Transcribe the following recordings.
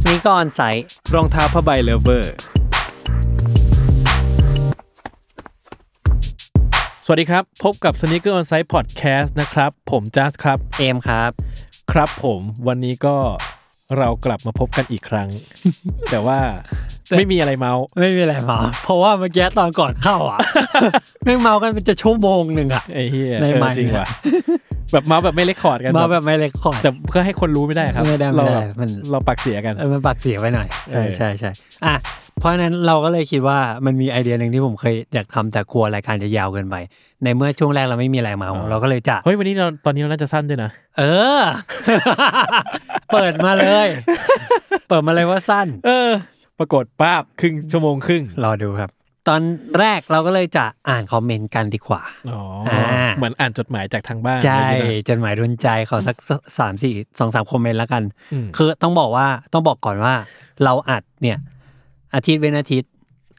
สนิกออนไซต์ รองเท้าผ้าใบเลเวอร์ สวัสดีครับ พบกับ Sneaker On Site Podcast นะครับ ผมจัสครับ เอมครับ ครับผมวันนี้ก็เรากลับมาพบกันอีกครั้ง แต่ว่าไม่มีอะไรเมาส์ ไม่มีอะไรเมาเพราะว่าเมื่อกี้ตอนก่อนเข้า อ่ะ แม่งเมากันเป็นจะชั่วโมงหนึ่งอ่ะ ไอ้เหี้ย ได้ไหม เออจริงว่ะ แบบเมาส์แบบไม่เลคคอร์ดกัน เมาแบบไม่เลยคอร์ด แต่เพื่อให้คนรู้ไม่ได้ครับ ไม่ได้ไม่ เรา ได้มัน เราปักเสียกัน เออมันปากเสียไปหน่อย เอ เอ อ อใช่ใช่อ่ะเพราะฉะนั้นเราก็เลยคิดว่ามันมีไอเดียหนึ่งที่ผมเคยอยากทำแต่กลัวรายการจะยาวเกินไป ในเมื่อช่วงแรกเราไม่มีอะไรเมาเราก็เลยจะ เฮ้ยวันนี้เราตอนนี้เราน่าจะสั้นด้วยนะ เออ เปิดมาเลย เปิดมาเลยว่าสั้น เออ ปรากฏป้าบครึ่งชั่วโมงครึ่ง รอดูครับ ตอนแรกเราก็เลยจะอ่านคอมเมนต์กันดีกว่า อ๋อ อ่า เหมือนอ่านจดหมายจากทางบ้าน ใช่ อะไรอย่างเงี้ยนะ จดหมายโดนใจขอสักสามสี่สองสามคอมเมนต์แล้วกัน อืม คือต้องบอกว่าต้องบอกก่อนว่า เราอัดเนี่ยอาทิตย์เว้นอาทิตย์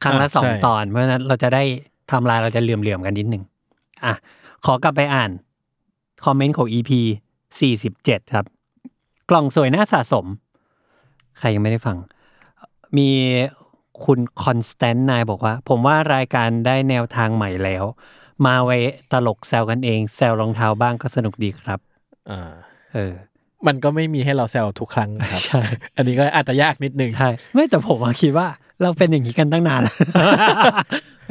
ครั้งละ อ่ะ สอง ใช่ ตอน เพราะฉะนั้นเราจะได้ไทำลายเราจะเหลื่อมๆกันนิดนึงอ่ะขอกลับไปอ่าน คอมเมนต์ของ EP สี่สิบเจ็ดครับ กล่องสวยน่าสะสม ใครยังไม่ได้ฟัง มีคุณคอนสแตนต์นายบอกว่า ผมว่ารายการได้แนวทางใหม่แล้ว มาไว้ตลกแซวกันเองแซวรองเท้าบ้างก็สนุกดีครับ อ่า เออ มันก็ไม่มีให้เราแซวทุกครั้งนะครับ ใช่ อันนี้ก็อาจจะยากนิดนึง ใช่ไม่แต่ผมอะคิดว่าเราเป็นอย่างนี้กันตั้งนานแล้ว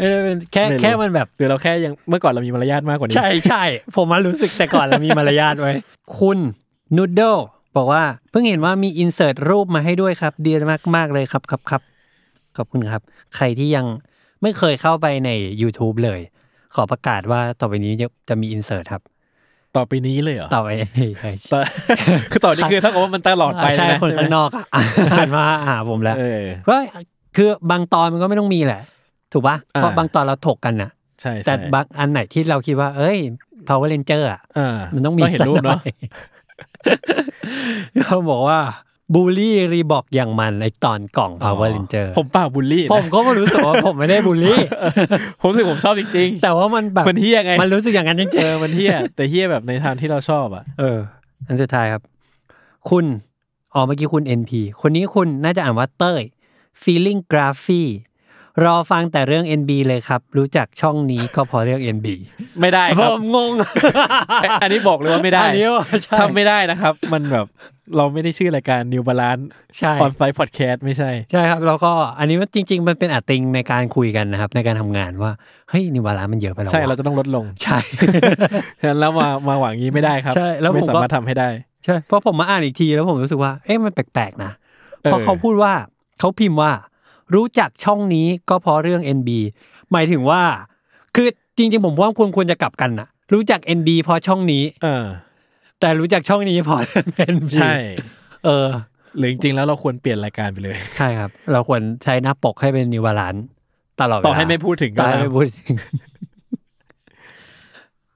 เออเป็นแค่ ไม่รู้ แค่มันแบบ หรือเราแค่ยังเมื่อก่อนเรามีมารยาทมากกว่านี้ ใช่ใช่ผมมารู้สึกแต่ก่อนเรามีมารยาทไว้ คุณนูด d l e บอกว่า เพิ่งเห็นว่ามีอินเสิร์ตรูปมาให้ด้วยครับ ดีมากมากๆเลยครับครับครับขอบคุณครับ ใครที่ยังไม่เคยเข้าไปใน YouTube เลย ขอประกาศว่าต่อไปนี้จะจะมีอินเสิร์ตครับ ต่อไปนี้เลยเหรอ ต่อไป ต่อ คือต่อนี้คือเท่ากับว่ามันตลอดไป ใช่ เลยนะ คนข้างนอกอะ อ่านมาหาผมแล้ว เออ ก็คือบางตอนมันก็ไม่ต้องมีแหละ ถูกปะ อ่า เพราะบางตอนเราถกกันนะ ใช่ แต่ ใช่ บางอันไหนที่เราคิดว่า เอ้ย power ranger อ่ะ อ่า มันต้องมี เห็นรูปเนาะ สักหอย เขาบอกว่าบูลลี่รีบอกอย่างมันไอตอนกล่อง power ranger ผมเปล่าบูลลี่นะ ผมก็ไม่รู้สึกว่า ผมไม่ได้บูลลี่ ผมรู้สึกผมชอบจริง แต่ว่ามันแบบ ๆ มันเฮี้ยไง มันรู้สึกอย่างนั้นจริ เอง อมันเฮี้ย แต่เฮี้ยแบบในทางที่เราชอบอ่ะ ๆเออ อันสุดท้ายครับ คุณอ๋อเมื่อกี้คุณ NP คนนี้คุณน่าจะอ่านว่าเต้ย feeling graphy รอฟังแต่เรื่อง NB เลยครับ รู้จักช่องนี้ก็พอเรื่อง NB ไม่ได้ครับ ผมงง ไอ้อันนี้บอกเลยว่าไม่ได้ อันนี้ว่าใช่ ทำไม่ได้นะครับ มันแบบเราไม่ได้ชื่อรายการ New Balance ใช่ On Flight Podcast ไม่ใช่ ใช่ครับ แล้วก็อันนี้มันจริง ๆ มันเป็นอัติงในการคุยกันนะครับ ในการทำงานว่า เฮ้ยนิวาระมันเยอะไปแล้ว ใช่ ว่ะ เราจะต้องลดลง ใช่ ฉะนั้นแล้วมามาหวังงี้ไม่ได้ครับ ใช่แล้วผมก็ ไม่สามารถทำให้ได้ ใช่เพราะผมมาอ่านอีกทีแล้วผมรู้สึกว่า เอ๊ะมันแปลกๆนะ เออ เพราะเขาพูดว่าเขาพิมพ์ว่า รู้จักช่องนี้ก็เพราะเรื่อง NB หมายถึงว่า คือจริง ๆ ผมว่าควรควรจะกลับกันนะรู้จัก NB เพราะช่องนี้ เออ แต่รู้จักช่องนี้เพราะ NB ใช่ เออ หรือจริงๆแล้วเราควรเปลี่ยนรายการไปเลย ใช่ครับ เราควรใช้หน้าปกให้เป็นนิวบาลานซ์ตลอดเวลา ต่อให้ไม่พูดถึงก็ ต่อให้ ตาม ไม่พู ดถึง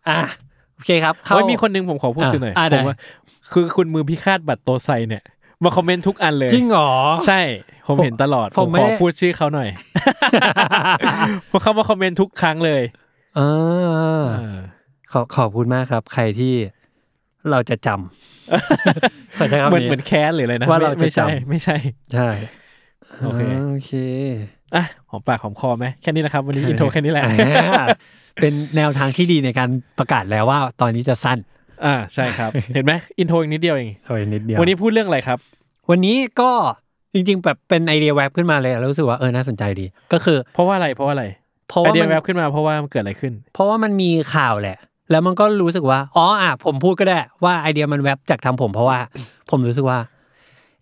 อ่ะโอเคครับ เข้า โอ้ยมีคนหนึงผมขอพูด อ่ะ ถึงหน่อย อ่ะ ผ ได้ มว่าคือคุณมือพิฆาตบัตรโตไซเนี่ย มาคอมเมนต์ทุกอันเลย จริงเหรอ ใช่ ผมเห็นตลอด ผ ผม ม ไม่ ขอ ได้ พูดชื่อเขาหน่อย เพราะเขามาคอมเมนต์ทุกครั้งเลย เออ เออ ขอขอบคุณมากครับ ใครที่เราจะจำ ขอใช้คำ เหมือน นี้ เหมือนแค้นหรืออะไรนะ ว่าเราจะ ไม่ใช่ จำ ไม่ใช่ ใช่ โอเค โอเค อ่ะหอมปากหอมคอไหมแค่นี้นะครับ วัน นี้อินโทรแค่นี้แหละ อ่าเป็นแนวทางที่ดีในการประกาศแล้วว่าตอนนี้จะสั้น อ่าใช่ครับ เห็นไหมอินโทรอีกนิดเดียวเอง โอ้ยนิดเดียว วันนี้พูดเรื่องอะไรครับ วันนี้ก็จริงๆ แบบเป็นไอเดียแวบขึ้นมาเลยแล้วรู้สึกว่าเออน่าสนใจดี ก็คือ เพราะว่าอะไรเพราะว่าอะไร เพราะ ไอ ว่า เดีย มัน แวบขึ้นมาเพราะว่ามันเกิดอะไรขึ้น เพราะว่ามันมีข่าวแหละ แล้วมันก็รู้สึกว่าอ๋ออ่ะผมพูดก็ได้ว่าไอเดียมันแวบจากทางผม เพราะว่า ผมรู้สึกว่า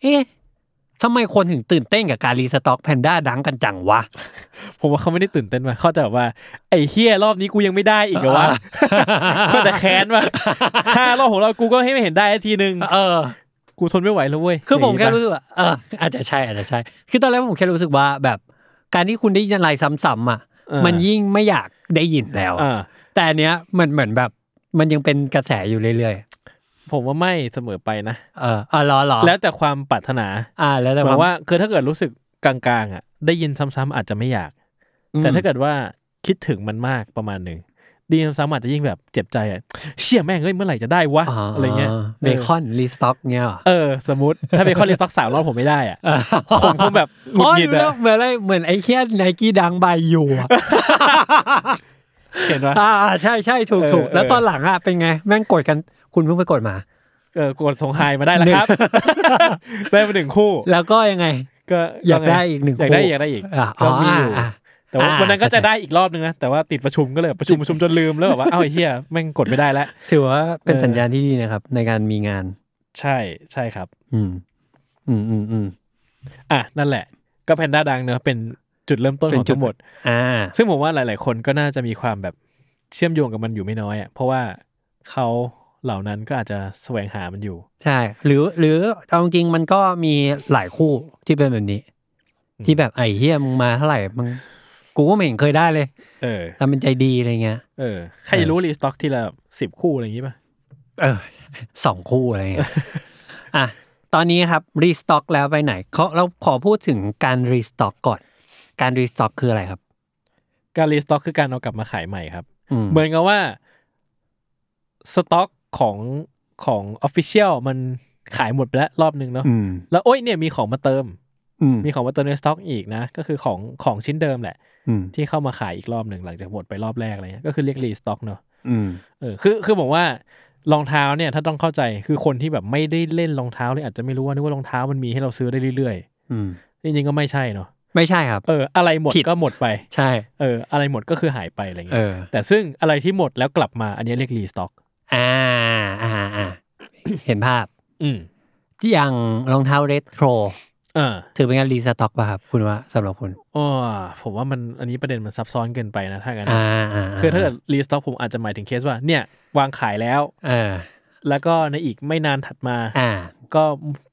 เอ๊ะทำไมคนถึงตื่นเต้นกับการรีสต็อกแพนด้าดังกันจังวะ ผมว่าเขาไม่ได้ตื่นเต้นมาเขาจะแบบว่าไอ้เฮียรอบนี้กูยังไม่ได้อีกเหรอวะ เขาจะแค้นว่ะ ห้ารอบของเรากูก็ให้ไม่เห็นได้สักทีนึง เออ กูทนไม่ไหวแล้วเว้ย คือผมแค่ ย่าง รู้สึนี้ปะกว่าเอออาจจะใช่อาจจะใช่ คือตอนแรกผมแค่รู้สึกว่าแบบการที่คุณได้ยินอะไรซ้ำๆอ่ะ อ่า มันยิ่งไม่อยากได้ยินแล้ว อ่า แต่อันเนี้ยมันเหมือนแบบมันยังเป็นกระแสอยู่เรื่อย ผมว่าไม่เสมอไปนะ ๆ เออเออเหรอเหรอ แล้วแต่ความปรารถนา อ่าแล้วแต่ หมายว่าคือถ้าเกิดรู้สึกกลางๆอ่ะ ได้ยินซ้ำๆอาจจะไม่อยาก อืม แต่ถ้าเกิดว่าคิดถึงมันมากประมาณหนึ่งดีซ้ำๆอาจจะยิ่งแบบเจ็บใจอ่ะเชี่ยแม่งเอ้ยเมื่อไหร่จะได้วะอะไรเงี้ย เบคอนรีสต็อกเงี้ยเหรอ เออ สมมติถ้าเบคอนเรียนสักสามรอบผมไม่ได้ อ่ะ ผม คงแบบหงุดหงิด อ๋อรู้แล้ อะ วเหมือนอะไรเหมือนไอ้เคียไนกี้ดังบายยู อะ เห็นว่า อ่าใช่ใช่ถูกถูก เออ แล้วตอนหลังอ่ะเป็นไง แม่งกดกันคุณเพิ่งไปกดมา เออกดส่งไฮมาได้แล้วครับ ได้มาหนึ่งคู่ แล้วก็ยังไง ก็ อยากได้อีกหนึ่ง อยากได้ คู่ อยากได้อีก อ่ะ ก็มีอยู่ อ่ะ แต่ว่า อ่า วันนั้นก็ เข้าใจ จะได้อีกรอบนึงนะแต่ว่าติดประชุมก็เลยประชุมประชุมจนลืมแล้วแบบว่าเอ้าไอ้เฮียแม่งกดไม่ได้แล้ว ถือว่าเป็น เออ สัญญาณที่ดีนะครับ ในการมีงาน ใช่ใช่ครับ อืม อืมอืมอืม อ่ะนั่นแหละ ก็แพนด้าดังเนอะเป็นจุดเริ่มต้น เป็ ของ นจุด ทั้งหมด อ่า ซึ่งผมว่าหลาย ๆ คนก็น่าจะมีความแบบเชื่อมโยงกับมันอยู่ไม่น้อยอ่ะเพราะว่าเขาเหล่านั้นก็อาจจะแสวงหามันอยู่ ใช่ หรือหรือเอาจริงๆมันก็มีหลายคู่ที่เป็นแบบนี้ อืม ที่แบบไอ้เฮียมึงมาเท่าไหร่มึงกูก็ไม่เห็นเคยได้เลย เออ แต่มันใจดีอะไรเงี้ย เออใครจะรู้รีสต็อกทีละสิบคู่อะไรอย่างงี้ป่ะ เออสองคู่อะไรเงี้ยอ่ะตอนนี้ครับรีสต็อกแล้วไปไหนเขาเราขอพูดถึงการรีสต็อกก่อน การรีสต็อกคืออะไรครับ การรีสต็อกคือการเอากลับมาขายใหม่ครับ อืม เหมือนกับว่าสต็อกของของออฟฟิเชียลมันขายหมดไปแล้วรอบนึงเนาะ อืม แล้วโอ้ยเนี่ยมีของมาเติม อืม มีของมาเติมในสต็อกอีกนะ ก็คือของของชิ้นเดิมแหละ อืม ที่เข้ามาขายอีกรอบหนึ่งหลังจากหมดไปรอบแรกอะไรเงี้ยก็คือเรียกรีสต็อกเนาะ อืม เออคือคือผมว่ารองเท้าเนี่ยถ้าต้องเข้าใจคือคนที่แบบไม่ได้เล่นรองเท้าเลยอาจจะไม่รู้ว่านึกว่ารองเท้ามันมีให้เราซื้อได้เรื่อย อืม ๆจริงๆก็ไม่ใช่เนาะ ไม่ใช่ครับ เอออะไรหมด ผิด ก็หมดไป ใช่ เอออะไรหมดก็คือหายไปอะไร เอ เงี้ย อ แต่ซึ่งอะไรที่หมดแล้วกลับมาอันเนี้ยเรียกรีสต็อก อ่าอ่าอ่าเห็นภาพ อืม ที่อย่างรองเท้าเรโทร เออ ถือเป็นการรีสต็อกป่ะครับ คุณว่าสำหรับคุณ โอ้ผมว่ามันอันนี้ประเด็นมันซับซ้อนเกินไปนะถ้างั้น อ่าา คือถ้าเกิดรีสต็อกผมอาจจะหมายถึงเคสว่าเนี่ยวางขายแล้ว เออ แล้วก็ในอีกไม่นานถัดมา อ่า ก็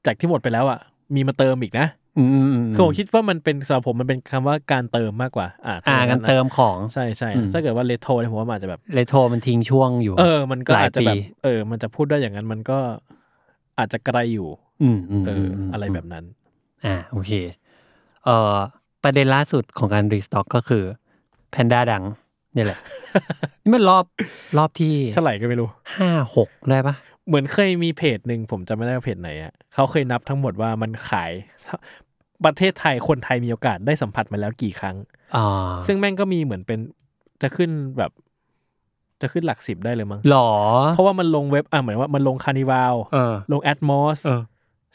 จากที่หมดไปแล้วอ่ะมีมาเติมอีกนะ อืมอืมอืม คือผมคิดว่ามันเป็นสำหรับผมมันเป็นคำว่าการเติมมากกว่า อ่า อ่าการเติมของ ใช่ใช่ อืม ถ้าเกิดว่าเลโทเนี่ยผมว่ามันอาจจะแบบ เรโทรมันทิ้งช่วงอยู่ เออ มันก็ หลาย อาจจะแบบ ปี เออ มันจะพูดได้อย่างนั้นมันก็อาจจะไกลอยู่ อืมอืม เออ ม อ ม อะไรแบบนั้น อ่าโอเคเอ่อประเด็นล่าสุดของการรีสต็อกก็คือแพนด้าดังเนี่ยแห ละ นี่มันรอบรอบที่ เท่าไหร่ก็ไม่รู้ ห้าหกได้ปะ เหมือนเคยมีเพจหนึ่งผมจำไม่ได้ว่าเพจไหนอ่ะเขาเคยนับทั้งหมดว่ามันขายประเทศไทยคนไทยมีโอกาสได้สัมผัสมาแล้วกี่ครั้ง อ่า ซึ่งแม่งก็มีเหมือนเป็นจะขึ้นแบบ จะขึ้นหลักสิบได้เลยมั้ง หรอ เพราะว่ามันลงเว็บอ่ะเหมือนว่ามันลงคานิวาว เออ ลงแอดมอส เออ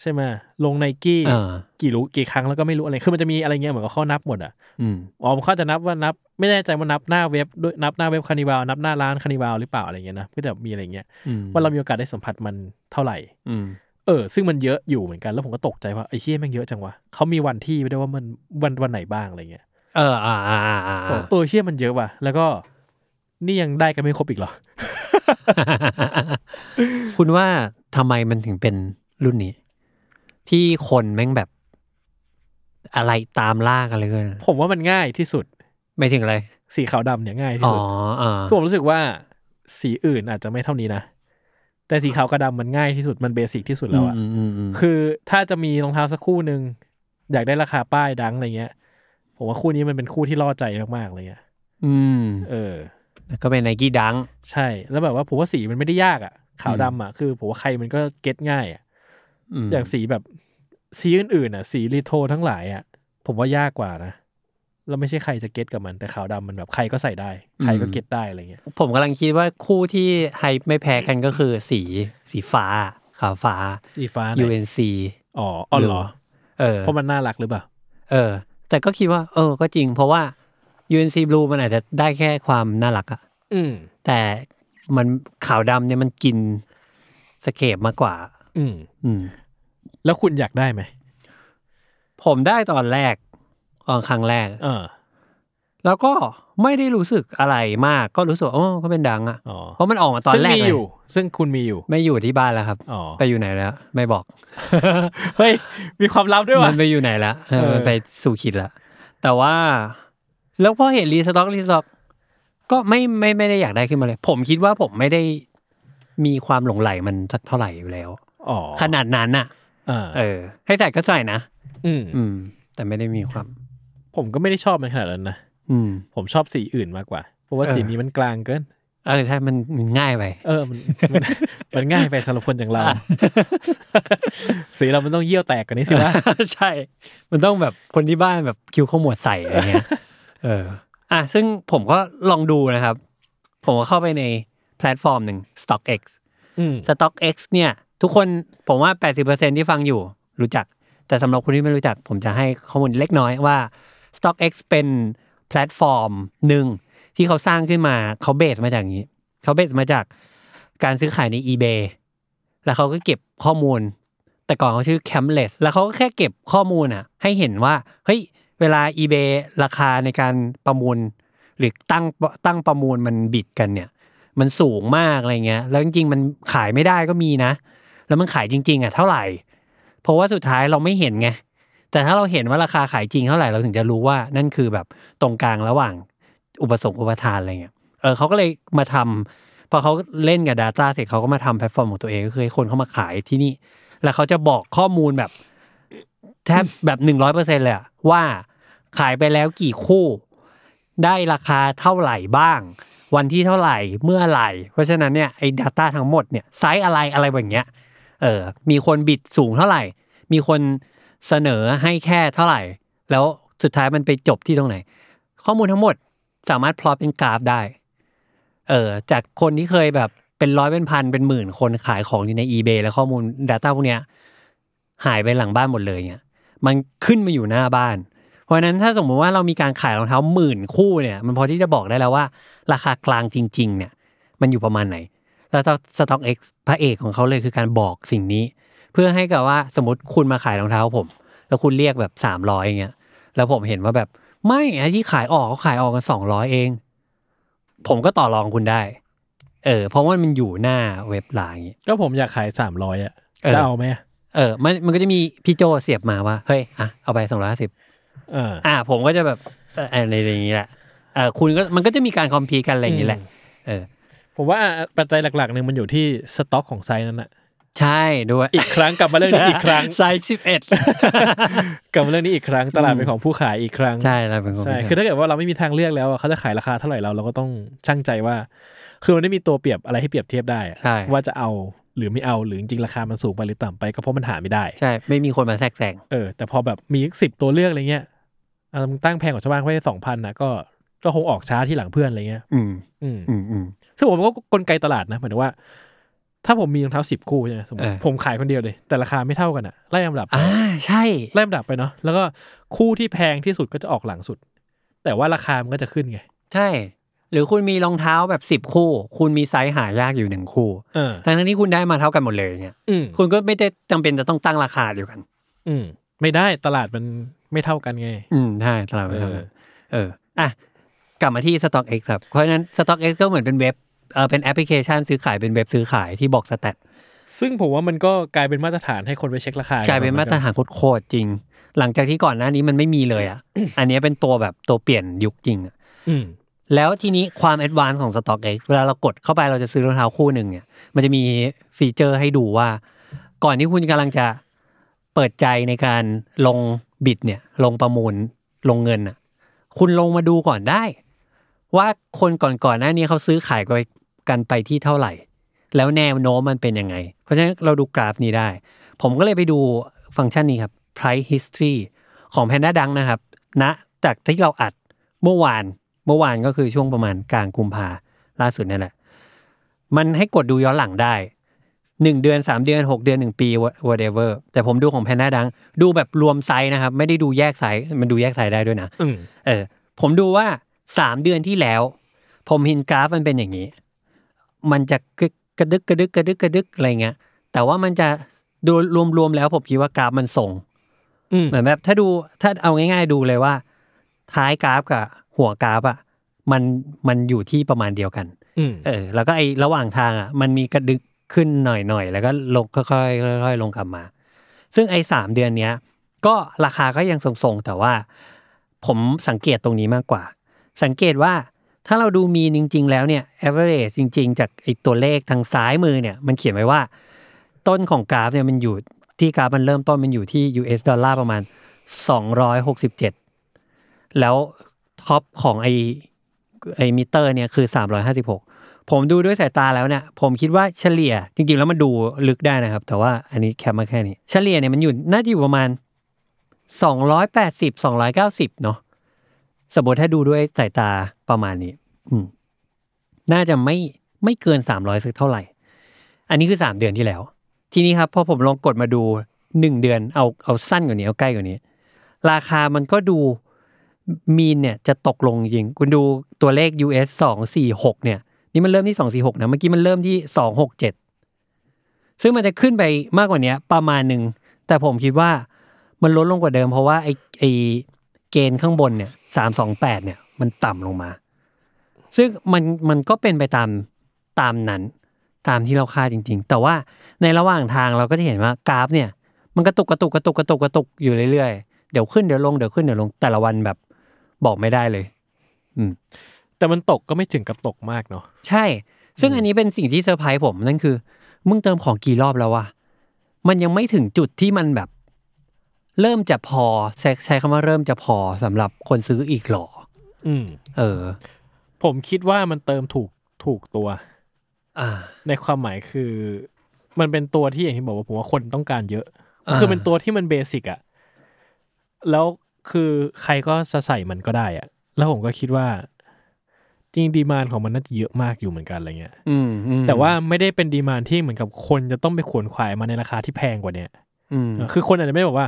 ใช่ไหมลงไนกี้ เออ กี่รู้กี่ครั้งแล้วก็ไม่รู้อะไรคือมันจะมีอะไรเงี้ยเหมือนกับข้อนับหมดอ่ะ อืม อ๋อเขาจะนับว่านับ ไม่แน่ใจว่านับหน้าเว็บด้วยนับหน้าเว็บคานิวาวนับหน้าร้านคานิวาวหรือเปล่าอะไรเงี้ยนะก็จะมีอะไรเงี้ย อืม ว่าเรามีโอกาสได้สัมผัสมันเท่าไหร่ อืม เออซึ่งมันเยอะอยู่เหมือนกันแล้วผมก็ตกใจว่าไอ้เฮี้ยแม่งเยอะจังวะเขามีวันที่ไม่ได้ว่ามันวันวันไหนบ้างอะไรเงี้ย เอออ่าอ่าอ่าอ่า บอกเออเฮี้ยมันเยอะว่ะแล้วก็นี่ยังได้กันไม่ครบอีกเหรอ คุณว่าทำไมมันถึงเป็นรุ่นนี้ ที่คนแม่งแบบ อะไรตามล่ากันเลยเกิน ผมว่ามันง่ายที่สุด ไม่ถึงอะไร สีขาวดำเนี่ยง่ายที่ อ๋อ สุด อ่า คือผมรู้สึกว่าสีอื่นอาจจะไม่เท่านี้นะแต่สีขาวกระดำมันง่ายที่สุดมันเบสิกที่สุดแล้วอะ อืมอืมอืม คือถ้าจะมีรองเท้าสักคู่หนึ่งอยากได้ราคาป้ายดังอะไรเงี้ย ผมว่าคู่นี้มันเป็นคู่ที่ล่อใจมากๆเลยอะ อืม เออ แล้วก็เป็นไนกี้ดัง ใช่ แล้วแบบว่าผมว่าสีมันไม่ได้ยากอะ่ะ ขาวดำอ่ะ คือผมว่าใครมันก็เก็ตง่ายอะ่ะ อืม อย่างสีแบบสีอื่นๆอ่ะ สีรีโทนทั้งหลายอ่ะ ผมว่ายากกว่านะ เราไม่ใช่ใครจะเก็ตกับมัน แต่ขาวดำมันแบบใครก็ใส่ได้ ใครก็เก็ตได้อะไรเงี้ย ผมกำลังคิดว่าคู่ที่ไฮป์ไม่แพ้กันก็คือสีสีฟ้าขาวฟ้า สีฟ้าไหน UNC อ๋ออ๋อเหรอ เออ เพราะมันน่ารักหรือเปล่า เออ แต่ก็คิดว่า เออ ก็จริง เพราะว่า UNC Blue มันอาจจะได้แค่ความน่ารักอะ อืม แต่มันขาวดำเนี่ยมันกินสเคปมากกว่า อืม อืม แล้วคุณอยากได้ไหม ผมได้ตอนแรกตอนครั้งแรก เออ แล้วก็ไม่ได้รู้สึกอะไรมาก ก็รู้สึกว่าอ๋อก็เป็นดังอะ อ๋อ เพราะมันออกมาตอน ซึ่ง แรก มี เลย อยู่ ซึ่งคุณมีอยู่ ไม่อยู่ที่บ้านแล้วครับ อ๋อ ไปอยู่ไหนแล้ว ไม่บอก เฮ้ย มีความลับด้วย มั ว่ะ นไปอยู่ไหนละเออ เออ มันไปสู่ขิดละ แต่ว่า แล้วพอเห็นรีสต็อกรีสต็อก ก็ไม่ไม่ไม่ได้อยากได้ขึ้นมาเลย ผมคิดว่าผมไม่ได้มีความหลงไหลมันสักเท่าไหร่อยู่แล้ว อ๋อ ขนาดนั้นน่ะ เออ เออ ให้ใส่ก็ใส่นะ อืม อืม แต่ไม่ได้มีความ ผมก็ไม่ได้ชอบมันขนาดนั้นนะ อืม ผมชอบสีอื่นมากกว่า เพราะว่า เออ สีนี้มันกลางเกิน เออใช่มันมันง่ายไป เออ มันมันมันง่ายไปสำหรับคนอย่างเรา สีเรามันต้องเยี่ยวแตกกว่านี้สิวะ ใช่ มันต้องแบบคนที่บ้านแบบคิ้วขมวดใส่อะไรเงี้ย เออ อ่ะ ซึ่งผมก็ลองดูนะครับ ผมก็เข้าไปในแพลตฟอร์มหนึ่ง StockX อืม StockX เนี่ย ทุกคนผมว่า 80%ที่ฟังอยู่ รู้จัก แต่สำหรับคนที่ไม่รู้จัก ผมจะให้ข้อมูลเล็กน้อยว่า StockX เป็นแพลตฟอร์มหนึ่งที่เขาสร้างขึ้นมาเขาเบสมาจากอย่างนี้ เขาเบสมาจากการซื้อขายใน eBay แล้วเขาก็เก็บข้อมูล แต่ก่อนเขาชื่อ Camless แล้วเขาก็แค่เก็บข้อมูลอ่ะ ให้เห็นว่า เฮ้ย เวลา eBay ราคาในการประมูล หรือตั้งตั้งประมูลมันบิดกันเนี่ย มันสูงมากอะไรเงี้ย แล้วจริงๆ มันขายไม่ได้ก็มีนะ แล้วมันขายจริง ๆ อ่ะ เท่าไหร่ เพราะว่าสุดท้ายเราไม่เห็นไง แต่ถ้าเราเห็นว่าราคาขายจริงเท่าไหร่เราถึงจะรู้ว่านั่นคือแบบตรงกลางระหว่างอุปสงค์อุปทานอะไรเงี้ย เออเขาก็เลยมาทำพอเขาเล่นกับ Data เสร็จเขาก็มาทำแพลตฟอร์มของตัวเองก็คือให้คนเข้ามาขายที่นี่ แล้วเขาจะบอกข้อมูลแบบแทบแบบหนึ่งร้อยเปอร์เซ็นเลยอะว่าขายไปแล้วกี่คู่ ได้ราคาเท่าไหร่บ้าง วันที่เท่าไหร่เมื่อไหร่ เพราะฉะนั้นเนี่ยไอ้ดัต้าทั้งหมดเนี่ยไซส์อะไรอะไรแบบเนี้ยเออมีคนบิดสูงเท่าไหร่ มีคนเสนอให้แค่เท่าไหร่ แล้วสุดท้ายมันไปจบที่ตรงไหน ข้อมูลทั้งหมดสามารถพลอตเป็นกราฟได้ เออจากคนที่เคยแบบเป็นร้อยเป็นพันเป็นหมื่นคนขายของอยู่ใน eBay แล้วข้อมูล Data พวกเนี้ยหายไปหลังบ้านหมดเลยเนี่ยมันขึ้นมาอยู่หน้าบ้าน เพราะฉะนั้นถ้าสมมุติว่าเรามีการขายรองเท้าหมื่นคู่เนี่ย มันพอที่จะบอกได้แล้วว่า ราคากลางจริง ๆ เนี่ย มันอยู่ประมาณไหน แล้วสต็อกเอ็กพระเอกของเขาเลยคือการบอกสิ่งนี้ เพื่อให้กับว่าสมมติคุณมาขายรองเท้าผม แล้วคุณเรียกแบบสามร้อยอย่างเงี้ยแล้วผมเห็นว่าแบบไม่ไอ้ที่ขายออกเขาขายออกกันสองร้อยเอง ผมก็ต่อรองคุณได้ เออ เพราะว่ามันอยู่หน้าเว็บไลน์อย่างงี้ ก็ผมอยากขายสามร้อยอ่ะ เออ จะเอาไหมอะ เออ มันมันก็จะมีพี่โจเสียบมาว่าเฮ้ยอ่ะเอาไปสองร้อยห้าสิบ เออ อ่าผมก็จะแบบเอ่ออะไรอย่างนี้แหละเออคุณก็มันก็จะมีการคอมพีกันอะไรอย่างนี้แหละเออ ผมว่าปัจจัยหลักๆหนึ่งมันอยู่ที่สต็อกของไซส์นั้นอะ ใช่ด้วย อีกครั้งกลับมาเรื่องนี้อีกครั้ง ไซส์สิบ เอ็ด กลับมาเรื่องนี้อีกครั้งตลาดเป็นของผู้ขายอีกครั้ง ใช่แล้วเป็นคน ใช่คือถ้าเกิดว่าเราไม่มีทางเลือกแล้วอะเขาจะขายราคาเท่าไหร่เราเราก็ต้องชั่งใจว่า คือมันไม่มีตัวเปรียบอะไรให้เปรียบเทียบได้อะ ใช่ ว่าจะเอาหรือไม่เอาหรือจริงๆราคามันสูงไปหรือต่ำไปก็เพราะมันหาไม่ได้ ใช่ไม่มีคนมาแทรกแซง เออ แต่พอแบบมีสิบตัวเลือกอะไรเงี้ยเอามึงตั้งแพงกว่าชาวบ้านไว้สองพันนะก็ก็คงออกช้าที่หลังเพื่อนอะไรเงี้ย อืม อืม อืมอืม ซึ่งผมก็กลไกตลาดนะหมายถึงว่า ถ้าผมมีรองเท้าสิบคู่ใช่ไหมสมมติ เออ ผมขายคนเดียวเลย แต่ราคาไม่เท่ากันอะไล่ลำดับไป อ่าใช่ ไล่ลำดับไปเนาะแล้วก็คู่ที่แพงที่สุดก็จะออกหลังสุด แต่ว่าราคามันก็จะขึ้นไง ใช่ หรือคุณมีรองเท้าแบบสิบคู่ คุณมีไซส์หายากอยู่หนึ่งคู่ เออ ทั้งทั้งที่คุณได้มาเท่ากันหมดเลยเนี่ย อืม คุณก็ไม่ได้จำเป็นจะต้องตั้งราคาเดียวกัน อืมไม่ได้ตลาดมันไม่เท่ากันไง อืมใช่ตลาดมัน เอ ทำ อ แบบเอออ่ะกลับมาที่ StockX ครับ เพราะฉะนั้น StockX ก็เหมือนเป็นเว็บเออเป็นแอปพลิเคชันซื้อขายเป็นเว็บซื้อขายที่บอกสแตท ซึ่งผมว่ามันก็กลายเป็นมาตรฐานให้คนไปเช็คราคาก ก ลายเป็นมาตรฐานโคตรๆจริง หลังจากที่ก่อนหน้านี้มันไม่มีเลยอ่ะ อันเนี้ยเป็นตัวแบบตัวเปลี่ยนยุคจริงอะ อืม แล้วทีนี้ความแอดวานซ์ของ StockX เวลาเรากดเข้าไปเราจะซื้อรองเท้าคู่หนึ่งเนี่ยมันจะมีฟีเจอร์ให้ดูว่า ก่อนที่คุณกำลังจะเปิดใจในการลงบิดเนี่ย ลงประมูลลงเงินอ่ะ คุณลงมาดูก่อนได้ ว่าคนก่อนๆหน้านี้เขาซื้อขายกันไปที่เท่าไหร่ แล้วแนวโน้มมันเป็นยังไง เพราะฉะนั้นเราดูกราฟนี้ได้ ผมก็เลยไปดูฟังก์ชันนี้ครับ price history ของ Panda ดังนะครับณนะจากที่เราอัด เมื่อวานเมื่อวานก็คือช่วงประมาณกลางกุมภาล่าสุดนี่แหละ มันให้กดดูย้อนหลังได้หนึ่งเดือนสามเดือนหกเดือนหนึ่งปี wha- whatever แต่ผมดูของแพนด้าดัง ดูแบบรวมไซส์นะครับ ไม่ได้ดูแยกไซส์มันดูแยกไซส์ได้ด้วยนะ อืม เออผมดูว่าสามเดือนที่แล้ว ผมเห็นกราฟมันเป็นอย่างนี้ มันจะกึกกระดึกกระดึกกระดึกกระดึกอะไรเงี้ยแต่ว่ามันจะดูรวมๆแล้วผมคิดว่ากราฟมันส่ง อืม เหมือนแบบถ้าดูถ้าเอาง่ายๆดูเลยว่า ท้ายกราฟกับหัวกราฟอ่ะมันมันอยู่ที่ประมาณเดียวกัน อืม เออ แล้วก็ไอ้ระหว่างทางอ่ะมันมีกระดึกขึ้นหน่อยๆแล้วก็ลงค่อยๆค่อยๆลงกลับมา ซึ่งไอ้สามเดือนเนี้ย ก็ราคาก็ยังทรงๆแต่ว่า ผมสังเกตตรงนี้มากกว่า สังเกตว่าถ้าเราดูมีนจริง ๆ แล้วเนี่ย average จริง ๆ จากไอ้ตัวเลขทางซ้ายมือเนี่ย มันเขียนไว้ว่า ต้นของกราฟเนี่ยมันอยู่ที่กราฟมันเริ่มต้นมันอยู่ที่ US ดอลลาร์ประมาณ 267 แล้วท็อปของไอไอมิเตอร์เนี่ยคือ 356 ผมดูด้วยสายตาแล้วเนี่ยผมคิดว่าเฉลี่ยจริง ๆ แล้วมันดูลึกได้นะครับ แต่ว่าอันนี้แคปมาแค่นี้ เฉลี่ยเนี่ยมันอยู่น่าจะอยู่ประมาณ 280 290 เนาะสมมติถ้าดูด้วยสายตาประมาณนี้ อืม น่าจะไม่ไม่เกิน 300สักเท่าไหร่ อันนี้คือ 3 เดือนที่แล้ว ทีนี้ครับพอผมลองกดมาดู 1 เดือนเอาเอาสั้นกว่านี้เอาใกล้กว่านี้ ราคามันก็ดูมีนเนี่ยจะตกลงจริง คุณดูตัวเลข US 246 เนี่ย นี่มันเริ่มที่ 246 นะ เมื่อกี้มันเริ่มที่ 267 ซึ่งมันจะขึ้นไปมากกว่านี้ประมาณหนึ่ง แต่ผมคิดว่ามันลดลงกว่าเดิมเพราะว่าไอ้ไอ้เกณฑ์ข้างบนเนี่ย 328 เนี่ย มันต่ำลงมา ซึ่งมันมันก็เป็นไปตามตามนั้น ตามที่เราคาดจริง ๆ แต่ว่าในระหว่างทางเราก็จะเห็นว่ากราฟเนี่ย มันกระตุกกระตุกกระตุกกระตุกกระตุกอยู่เรื่อยๆ เดี๋ยวขึ้นเดี๋ยวลงเดี๋ยวขึ้นเดี๋ยวลงแต่ละวันแบบบอกไม่ได้เลย แต่มันตกก็ไม่ถึงกับตกมากเนาะ ใช่ ซึ่งอันนี้เป็นสิ่งที่เซอร์ไพรส์ผมนั่นคือ มึงเติมของกี่รอบแล้ววะ มันยังไม่ถึงจุดที่มันแบบ เริ่มจะพอใช้ใช้คำว่าเริ่มจะพอสำหรับคนซื้ออีกหรอ อืม เออ ผมคิดว่ามันเติมถูกถูกตัว อ่า ในความหมายคือ มันเป็นตัวที่อย่างที่บอกว่าผมว่าคนต้องการเยอะ อ่า คือเป็นตัวที่มันเบสิกอะแล้วคือใครก็จะใส่มันก็ได้อะแล้วผมก็คิดว่า จริงดีมานของมันน่าจะเยอะมากอยู่เหมือนกันอะไรเงี้ย อืมอืม แต่ว่าไม่ได้เป็นดีมานที่เหมือนกับคนจะต้องไปขวนขวายมาในราคาที่แพงกว่าเนี้ย อืม คือคนอาจจะไม่ได้บอกว่า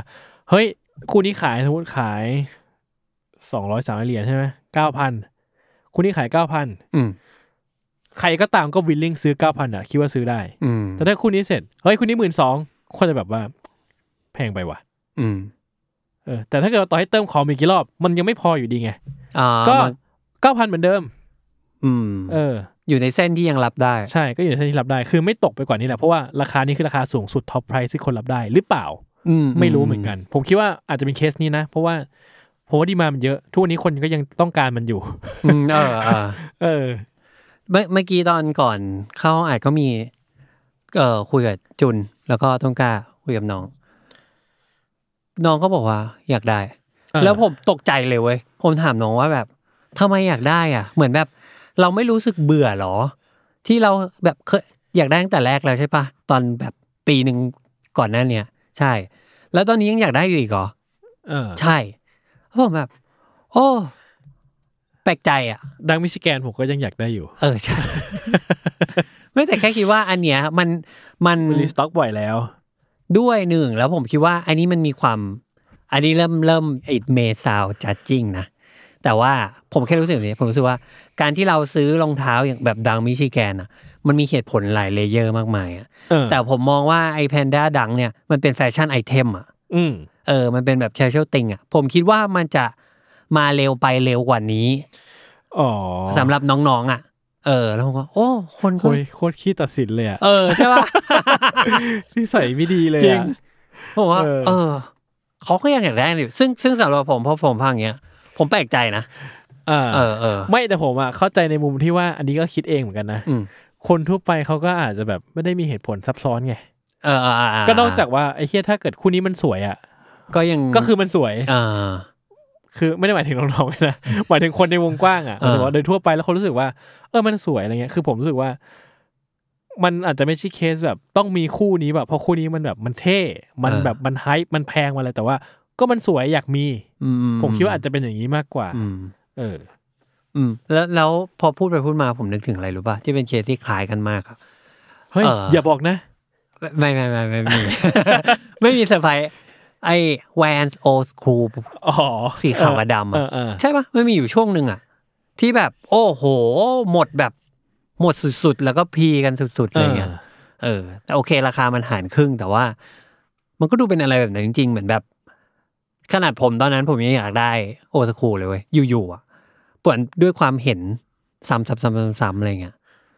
เฮ้ย คู่นี้ขายสมมติขายสองร้อยสามเหรียญใช่ไหมเก้าพันคู่นี้ขายเก้าพัน อืม ใครก็ตามก็วิลลิงซื้อ 9,000อ่ะ คิดว่าซื้อได้ อืม แต่ถ้าคู่นี้เสร็จ เฮ้ยคู่นี้หมื่นสองคนจะแบบว่า แพงไปว่ะ อืม เออแต่ถ้าเกิดว่าต่อให้เติมของอีกกี่รอบ มันยังไม่พออยู่ดีไง อ่า ก็ มัน เก้าพันเหมือนเดิม อืม เออ อยู่ในเส้นที่ยังรับได้ ใช่ก็อยู่ในเส้นที่รับได้ คือไม่ตกไปกว่านี้แหละ เพราะว่าราคานี้คือราคาสูงสุดท็อปไพรซ์ที่คนรับได้หรือเปล่า อื ไม่รู้เหมือนกัน ผมคิดว่าอาจจะเป็นเคสนี้นะ เพราะว่าผมว่าดีมามันเยอะ ทุกวันนี้คนก็ยังต้องการมันอยู่ อืมเออเออ เออ เมื่อเมื่อกี้ตอนก่อนเข้าห้องอัดก็มี เอ่อคุยกับจุน แล้วก็ต้องกล้าคุยกับน้อง น้องก็บอกว่า อยากได้ เออ แล้วผมตกใจเลยเว้ยผมถามน้องว่าแบบทำไมอยากได้อ่ะ เหมือนแบบ เราไม่รู้สึกเบื่อหรอ ที่เราแบบเคยอยากได้ตั้งแต่แรกแล้วใช่ปะตอนแบบปีหนึ่งก่อนหน้าเนี้ยใช่ แล้วตอนนี้ยังอยากได้อยู่อีกเหรอ เออ ใช่แล้วผมแบบ โอ้ แปลกใจอ่ะ ดังมิชิแกนผมก็ยังอยากได้อยู่ เออใช่ ไม่แต่แค่คิดว่าอันเนี้ยมันมัน รีสต็อกบ่อยแล้ว ด้วยหนึ่งแล้วผมคิดว่า อันนี้มันมีความ อันนี้เริ่มเริ่ม it may sound judging นะ แต่ว่าผมแค่รู้สึกอย่างนี้ผมรู้สึกว่าการที่เราซื้อรองเท้าอย่างแบบดังมิชิแกนอ่ะ มันมีเหตุผลหลายเลเยอร์มากมายอ่ะ เออ แต่ผมมองว่าไอแพนด้าดังเนี่ยมันเป็นแฟชั่นไอเทมอ่ะ อืม เออ มันเป็นแบบแคชชวลติงอ่ะ ผมคิดว่ามันจะมาเร็วไปเร็วกว่านี้ อ๋อ สำหรับน้องๆอ่ะ เออ แล้วผมก็โอ้ คนก็ โอ้ยโคตรขี้ตัดสินเลยอะ เออ ใช่ป่ะ ที่ใส่ไม่ดีเลย จริง อะ ผมว่า เออ เออเขาก็ยังอยากได้อยู่ซึ่งซึ่งสำหรับผมพอผมฟังอย่างเงี้ย ผมแปลกใจนะ เออ เออเออ ไม่แต่ผมอะเข้าใจในมุมที่ว่าอันนี้ก็คิดเองเหมือนกันนะ อืม คนทั่วไปเขาก็อาจจะแบบไม่ได้มีเหตุผลซับซ้อนไง เออเออเเ ก็นอกจากว่าไอ้เฮียถ้าเกิดคู่นี้มันสวยอะ ก็ยัง ก็คือมันสวย เออ คือไม่ได้หมายถึงน้องๆนะ หมายถึงคนในวงกว้างอะ เออ แต่ว่าโดยทั่วไปแล้วคนรู้สึกว่า เออมันสวยอะไรเงี้ย คือผมรู้สึกว่า มันอาจจะไม่ใช่เคสแบบต้องมีคู่นี้แบบเพราะคู่นี้มันแบบมันเท่ มันแบบมันไฮป์มันแพงมาอะไรแต่ว่า ก็มันสวยอยากมี อื ผมคิดว่าอาจจะเป็นอย่างนี้มากกว่า อืม เออ อืม แล้วแล้วพอพูดไปพูดมาผมนึกถึงอะไรรู้ป่ะ ที่เป็นเคสที่คล้ายกันมากครับ เฮ้ย เอออ อย่าบอกนะ ไม่ไม่ไม่ไม่ไมมี ไม่มีเซอร์ไพรส์ไอ้แวนโอสคูล อ๋อ สีขาวกับดำ เอ อะ อเออ ใช่ปะไม่มีอยู่ช่วงหนึ่งอะที่แบบ โอ้โห หมดแบบ หมดสุดๆ แล้วก็พีกันสุดๆ เอ อะไร อ เงี้ย เออแต่โอเค ราคามันหารครึ่ง แต่ว่า มันก็ดูเป็นอะไรแบบนั้นจริง ๆ เหมือนแบบ ขนาดผมตอนนั้นผมยังอยากได้โอสคูเลยเว้ยอยู่ๆอ่ะปวนด้วยความเห็นซ้ำๆๆๆๆอะไรเงี้ย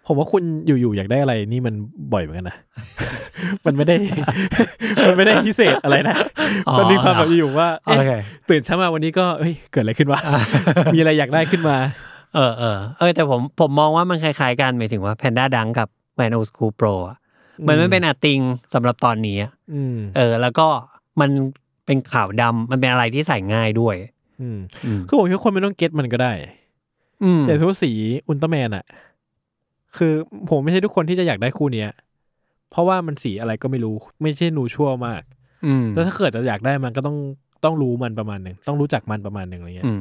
ผมว่าคุณอยู่ๆอยากได้อะไรนี่มันบ่อยเหมือน กันนะ มันไม่ได้ มันไม่ได้พิเศษอะไรนะ มันมีความแบบอยู่ๆว่า โอ เอ๊ะ เค ตื่นเช้ามาวันนี้ก็เอ้ยเกิดอะไรขึ้นวะ อ่า มีอะไรอยากได้ขึ้นมา เออเออเออแต่ผมผมมองว่ามันคล้ายๆกันหมายถึงว่าแพนด้าดังกับแวนโอสคูโปรอ่ะเหมือนมันเป็นอาติงสำหรับตอนนี้อะ อืม เออ แล้วก็มันเป็นขาวดำมันเป็นอะไรที่ใส่ง่ายด้วย อืม อืม คือผมคิดว่าคนไม่ต้องเก็ตมันก็ได้ อืม อย่างสมมติสีอุลตร้าแมนอะคือผมไม่ใช่ทุกคนที่จะอยากได้คู่เนี้ย เพราะว่ามันสีอะไรก็ไม่รู้ ไม่ใช่นูชั่วมาก อืม แล้วถ้าเกิดจะอยากได้มันก็ต้องต้องรู้มันประมาณหนึ่งต้องรู้จักมันประมาณหนึ่งอะไรเงี้ย อืม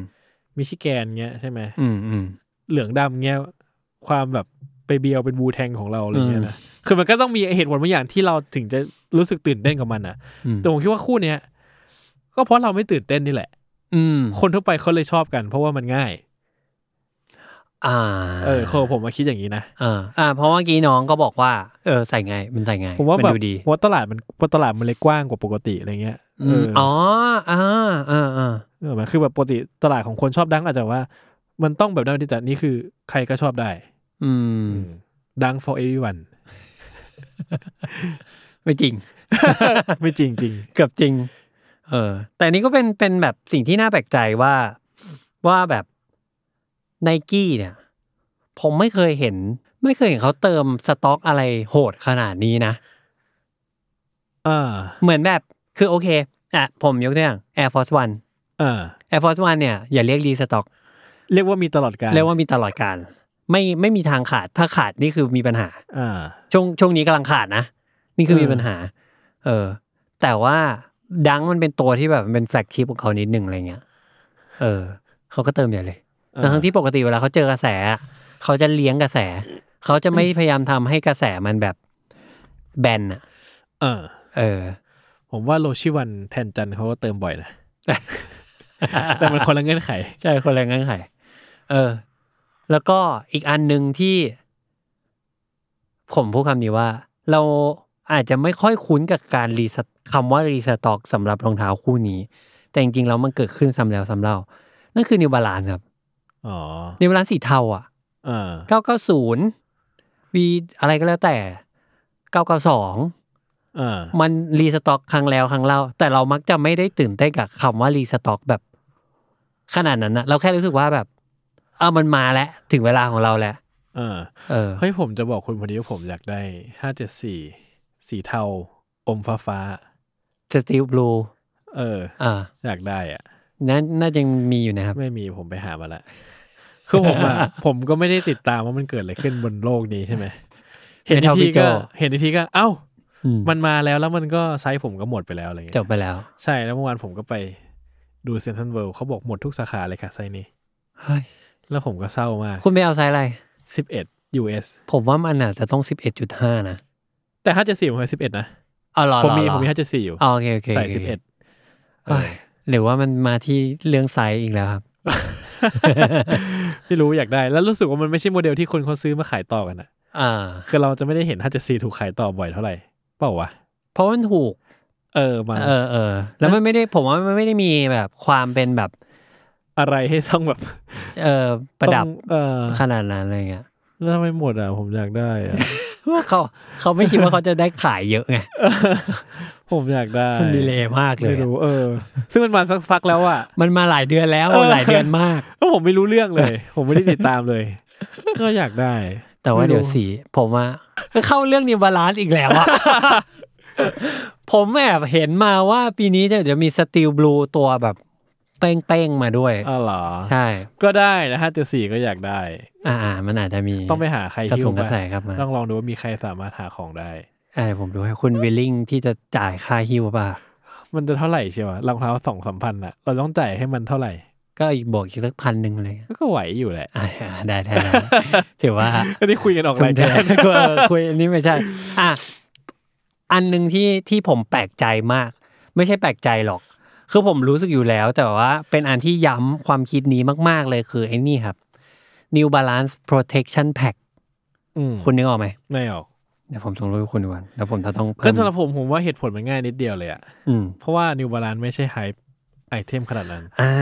มิชิแกนเงี้ยใช่ไหม อืมอืม เหลืองดำเงี้ยความแบบไปเบียวเป็นบูแทงของเราอะไรเงี้ยนะคือมันก็ต้องมีเหตุผลบางอย่างที่เราถึงจะรู้สึกตื่นเต้นกับมันอะ อืม แต่ผมคิดว่าคู่เนี้ยก็เพราะเราไม่ตื่นเต้นนี่แหละ อืม คนทั่วไปเขาเลยชอบกัน เพราะว่ามันง่าย อ่า เออคือผมมาคิดอย่างนี้นะ อ่าอ่า เพราะเมื่อกี้น้องก็บอกว่า เออ ใส่ไง มันใส่ไง ผมว่าแบบ ดูดี เพราะตลาดมันเพราะตลาดมันเลยกว้างกว่าปกติอะไรเงี้ย อืม เอ อ๋ อ ออ่าอ่าอ่า เออมันคือแบบปกติตลาดของคนชอบดังอาจจะว่า มันต้องแบบนั้นแต่นี่คือใครก็ชอบได้ อืม ดัง for everyone ไม่ จริง ไม่จริงจริง เกือบจริง เออ แต่อันนี้ก็เป็น เป็นแบบสิ่งที่น่าแปลกใจว่า ว่าแบบไนกี้เนี่ย ผมไม่เคยเห็น ไม่เคยเห็นเขาเติมสต็อกอะไรโหดขนาดนี้นะ อ่า เหมือนแบบ คือโอเค อ่ะ ผมยกตัวอย่าง Air Force One อ่า Air Force One เนี่ย อย่าเรียกรีสต็อก เรียกว่ามีตลอดการ เรียกว่ามีตลอดการ ไม่ไม่มีทางขาดถ้าขาดนี่คือมีปัญหา อ่า ช่วงช่วงนี้กำลังขาดนะ นี่คือ เออ มีปัญหา เออ แต่ว่าดังมันเป็นตัวที่แบบมันเป็นแฟลกชิพของเขานิดหนึ่งอะไรเงี้ยเออเขาก็เติมใหญ่เลยทั้งที่ปกติเวลาเขาเจอกระแส เขาจะเลี้ยงกระแส เขาจะไม่พยายามทำให้กระแสมันแบบแบนอะ เออ เออ ผมว่าโรชิวันแทนจันเขาก็เติมบ่อยนะ แต่มันคนละเงื่อนไข ใช่คนแรงงานไขเออ แล้วก็อีกอันหนึ่งที่ ผมพูดคำนี้ว่า เราอาจจะไม่ค่อยคุ้นกับการรีสตคำว่ารีสต็อกสำหรับรองเท้าคู่นี้ แต่จริงๆแล้วมันเกิดขึ้นซ้ำแล้วซ้ำเล่า นั่นคือนิวบาลานครับ อ๋อ นิวบาลานสีเทาอ่ะ เออ 990 V อะไรก็แล้วแต่ 992 เออ มันรีสต็อกครั้งแล้วครั้งเล่า แต่เรามักจะไม่ได้ตื่นเต้นกับคำว่ารีสต็อกแบบ ขนาดนั้นนะเราแค่รู้สึกว่าแบบเอามันมาแล้ว ถึงเวลาของเราแล้ว เออ เออ เฮ้ยผมจะบอกคุณพอดีว่าผมอยากได้ห้าเจ็ดสี่สีเทาอมฟ้าฟ้า สตีลบลู ๆเออ อ่า อยากได้อะ นั้นน่าจะยังมีอยู่นะครับ ไม่มีผมไปหามาละคือผมอะ ผมก็ไม่ได้ติดตามว่ามันเกิดอะไรขึ้นบนโลกนี้ใช่ไหมเห็นอีกเท่าทีก็พี่โจ เห็นอีกทีก็ เอ้า อื มันมาแล้วแล้วมันก็ไซส์ผมก็หมดไปแล้วอะไรเงี้ย จบไปแล้ว ใช่แล้วเมื่อวานผมก็ไปดูเซ n นทรัลเวิลด์เขาบอกหมดทุกสาขาเลยค่ะไซส์นี้ เฮ้ย แล้วผมก็เศร้ามาก คุณไปเอาไซส์อะไร 11 US ผมว่ามันอาจจะต้อง 11.5 นะ แต่5 7 4ผมใส่11 นะ อ๋อเหรอ ผมมี เหรอ ผมมี เหรอ 5 7 4อยู่ อ๋อโอเคโอเค ใส่ โอเค 11เอ เอ้ อย หรือว่ามันมาที่เรื่องไซส์อีกแล้ว ครับ ไม่รู้อยากได้ แล้วรู้สึกว่ามันไม่ใช่โมเดลที่คนเขาซื้อมาขายต่อกันอะ อ่า คือเราจะไม่ได้เห็น5 7 4ถูกขายต่อบ่อยเท่าไหร่เปล่าวะ เพราะมันถูก เออมา เออเออ แล้วมันไม่ได้ ผมว่ามันไม่ได้มีแบบความเป็นแบบ อะไรให้ต้องแบบ เออประดับ ต้องเออ ขนาดนั้นอะไรเงี้ย แล้วทำไมหมดอ่ะผมอยากได้ อะ เพราะเขาเขาไม่คิดว่าเขาจะได้ขายเยอะไง ผมอยากได้ มันดีเลยมากเล ไม่ ย รู้เออ ซึ่งมันมาสักพักแล้ว อะ มันมาหลายเดือนแล้ว เออ หลายเดือนมาก ก็ผมไม่รู้เรื่องเลย ผมไม่ได้ติดตามเลย ก็อยากได้ แต่ว่า ไม่รู้ เดี๋ยวสี ผมว่าเข้าเรื่องนิวบาลานซ์อีกแล้วอะ ผมแอบเห็นมาว่าปีนี้เดี๋ยวจะมีสตีลบลูตัวแบบเป้งๆมาด้วย อ๋อเหรอ ใช่ ก็ได้นะฮะเจดสี่ก็อยากได้ อ่าอ่ามันอาจจะมี ต้องไปหาใคร กระ ฮิ้ สุ วน ไป กระแสครับมา ต้องลองดูว่ามีใครสามารถหาของได้ เออผมดูให้คุณวิลลิงที่จะจ่ายค่าฮิวป่ะ มันจะเท่าไหร่เชียวอะรองเท้าสองสามพันอะเราต้องจ่ายให้มันเท่าไหร่ ก็อีกบวกอีกสักพันหนึ่งเลย ก็ไหวอยู่แหละ อ่ะได้ได้ได้ ถือว่า อันนี้คุยกันออกราย ชุมชการ น เออคุยอันนี้ไม่ใช่ อ่ะ อันหนึ่งที่ที่ผมแปลกใจมาก ไม่ใช่แปลกใจหรอก คือผมรู้สึกอยู่แล้ว แต่ว่าเป็นอันที่ย้ำความคิดนี้มาก ๆ เลยคือไอ้นี่ครับ New Balance Protection Pack อืม คุณนึกออกไหม ไม่ออก เดี๋ยวผมต้องรู้ให้คุณดูก่อนแล้วผมจะต้องเพิ่ ก็ ม สำหรับผมผมว่าเหตุผลมันง่ายนิดเดียวเลยอะ อืม เพราะว่า New Balance ไม่ใช่ไฮไอเทมขนาดนั้น อ่า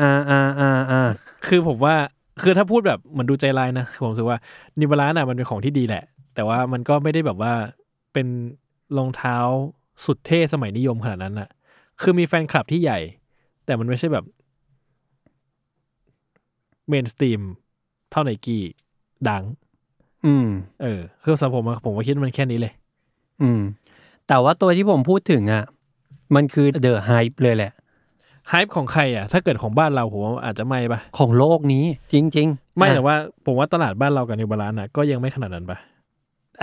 อ่าอ่าอ่าอ่า คือผมว่าคือถ้าพูดแบบเหมันดูใจร้ายนะคือผมรู้สึกว่า New Balance อะมันเป็นของที่ดีแหละ แต่ว่ามันก็ไม่ได้แบบว่าเป็นรองเท้าสุดเท่สมัยนิยมขนาดนั้นอะคือมีแฟนคลับที่ใหญ่ แต่มันไม่ใช่แบบเมนสตรีมเท่าไนกี้ดัง อืม เออคือสำหรับผมอะผมว่าคิดว่ามันแค่นี้เลย อืม แต่ว่าตัวที่ผมพูดถึงอ่ะ มันคือ The Hype เลยแหละ ฮป์ของใครอ่ะ ถ้าเกิดของบ้านเราผมว่าอาจจะไม่ปะ ของโลกนี้ จริง ๆ ไม่แต่ว่าผมว่าตลาดบ้านเรากับนิวบาลานอ่ะก็ยังไม่ขนาดนั้นปะ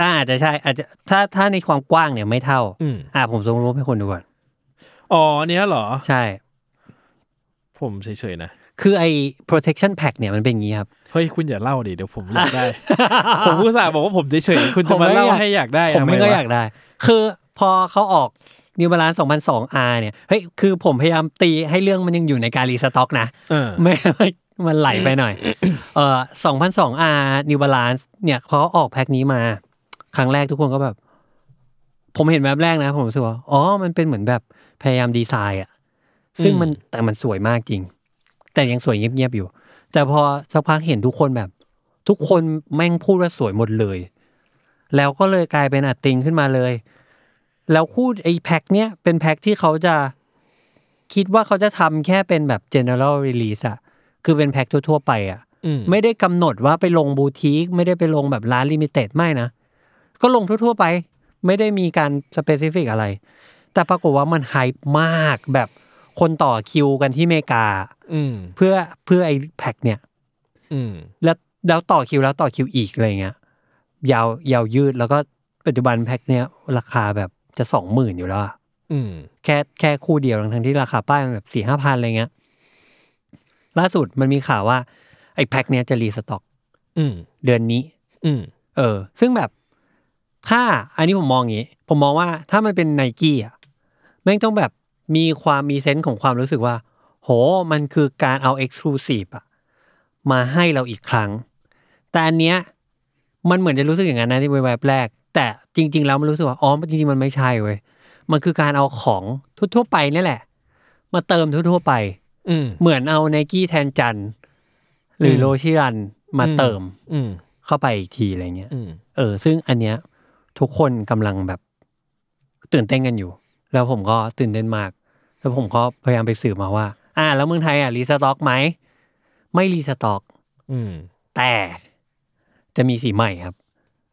อ่าอาจจะใช่อาจจะถ้าถ้าในความกว้างเนี่ยไม่เท่า อืม อ่าผมต้องรู้ให้คนดูก่อน อ๋ออันเนี้ยเหรอ ใช่ ผมเฉยๆนะ คือไอ้ protection pack เนี่ยมันเป็นอย่างนี้ ครับ เฮ้ย คุณอย่าเล่าดิ เดี๋ยวผมอยากได้ ผมอุตส่าห์บอกว่าผมเฉยๆคุณจะ ผม มา ไม่ เล่า อยาก ให้อยากได้ ผมไม่ ทำ ก็ วะ อยากได้ คือพอเขาออก New Balance 2002 R เนี่ยเฮ้ยคือผมพยายามตีให้เรื่องมันยังอยู่ในการรีสต็อกนะ เออ ไม่ ไม่มันไหลไปหน่อย เอ่อ2002 R New Balance เนี่ยพอออกแพ็คนี้มา ครั้งแรกทุกคนก็แบบ ผมเห็นแบบแรกนะ ผมรู้สึกว่าอ๋อ มันเป็นเหมือนแบบพยายามดีไซน์อะซึ่งมันแต่มันสวยมากจริง แต่ยังสวยเงียบๆอยู่ แต่พอสักพักเห็นทุกคนแบบ ทุกคนแม่งพูดว่าสวยหมดเลย แล้วก็เลยกลายเป็นอัดติงขึ้นมาเลย แล้วคู่ไอ้แพ็คเนี้ยเป็นแพ็คที่เขาจะคิดว่าเขาจะทำแค่เป็นแบบ general release อะคือเป็นแพ็คทั่วๆไปอะ อืม ไม่ได้กำหนดว่าไปลงบูติกไม่ได้ไปลงแบบร้านลิมิเต็ดไม่นะ ก็ลงทั่วๆไป ไม่ได้มีการ specific อะไร แต่ปรากฏว่ามันไฮป์มากแบบคนต่อคิวกันที่อเมริกา อืม เพื่อเพื่อไอ้แพ็คเนี่ย อืม แล้วแล้วต่อคิวแล้วต่อคิวอีกอะไรเงี้ยยาวยาวยืดแล้วก็ปัจจุบันแพ็คเนี้ยราคาแบบจะสองหมื่นอยู่แล้วอะ อืม แค่แค่คู่เดียวทั้งๆที่ราคาป้ายมันแบบสี่ห้าพันอะไรเงี้ยล่าสุดมันมีข่าวว่า ไอ้แพ็คเนี้ยจะรีสต็อก อืม เดือนนี้ อืม เออ ซึ่งแบบถ้าอันนี้ผมมองอย่างงี้ ผมมองว่าถ้ามันเป็นไนกี้อ่ะแม่งต้องแบบมีความมีเซนส์ของความรู้สึกว่า โห มันคือการเอาเอ็กซ์คลูซีฟอ่ะมาให้เราอีกครั้ง แต่อันเนี้ยมันเหมือนจะรู้สึกอย่างนั้นนะในแวบแรก แต่จริง ๆ แล้วมันรู้สึกว่าอ๋อจริง ๆ มันไม่ใช่เว้ยมันคือการเอาของทั่วๆไปนี่แหละ มาเติมทั่วๆไป อืม เหมือนเอาไนกี้แทนจันหรือ ม โรชิรันมาเติม อืม เข้าไปอีกทีอะไรเงี้ย อืม เออซึ่งอันเนี้ยทุกคนกำลังแบบตื่นเต้นกันอยู่ แล้วผมก็ตื่นเต้นมาก แล้วผมก็พยายามไปสืบมาว่า อ่า แล้วเมืองไทยอ่ะรีสต็อกไหม ไม่รีสต็อก อืม แต่จะมีสีใหม่ครับ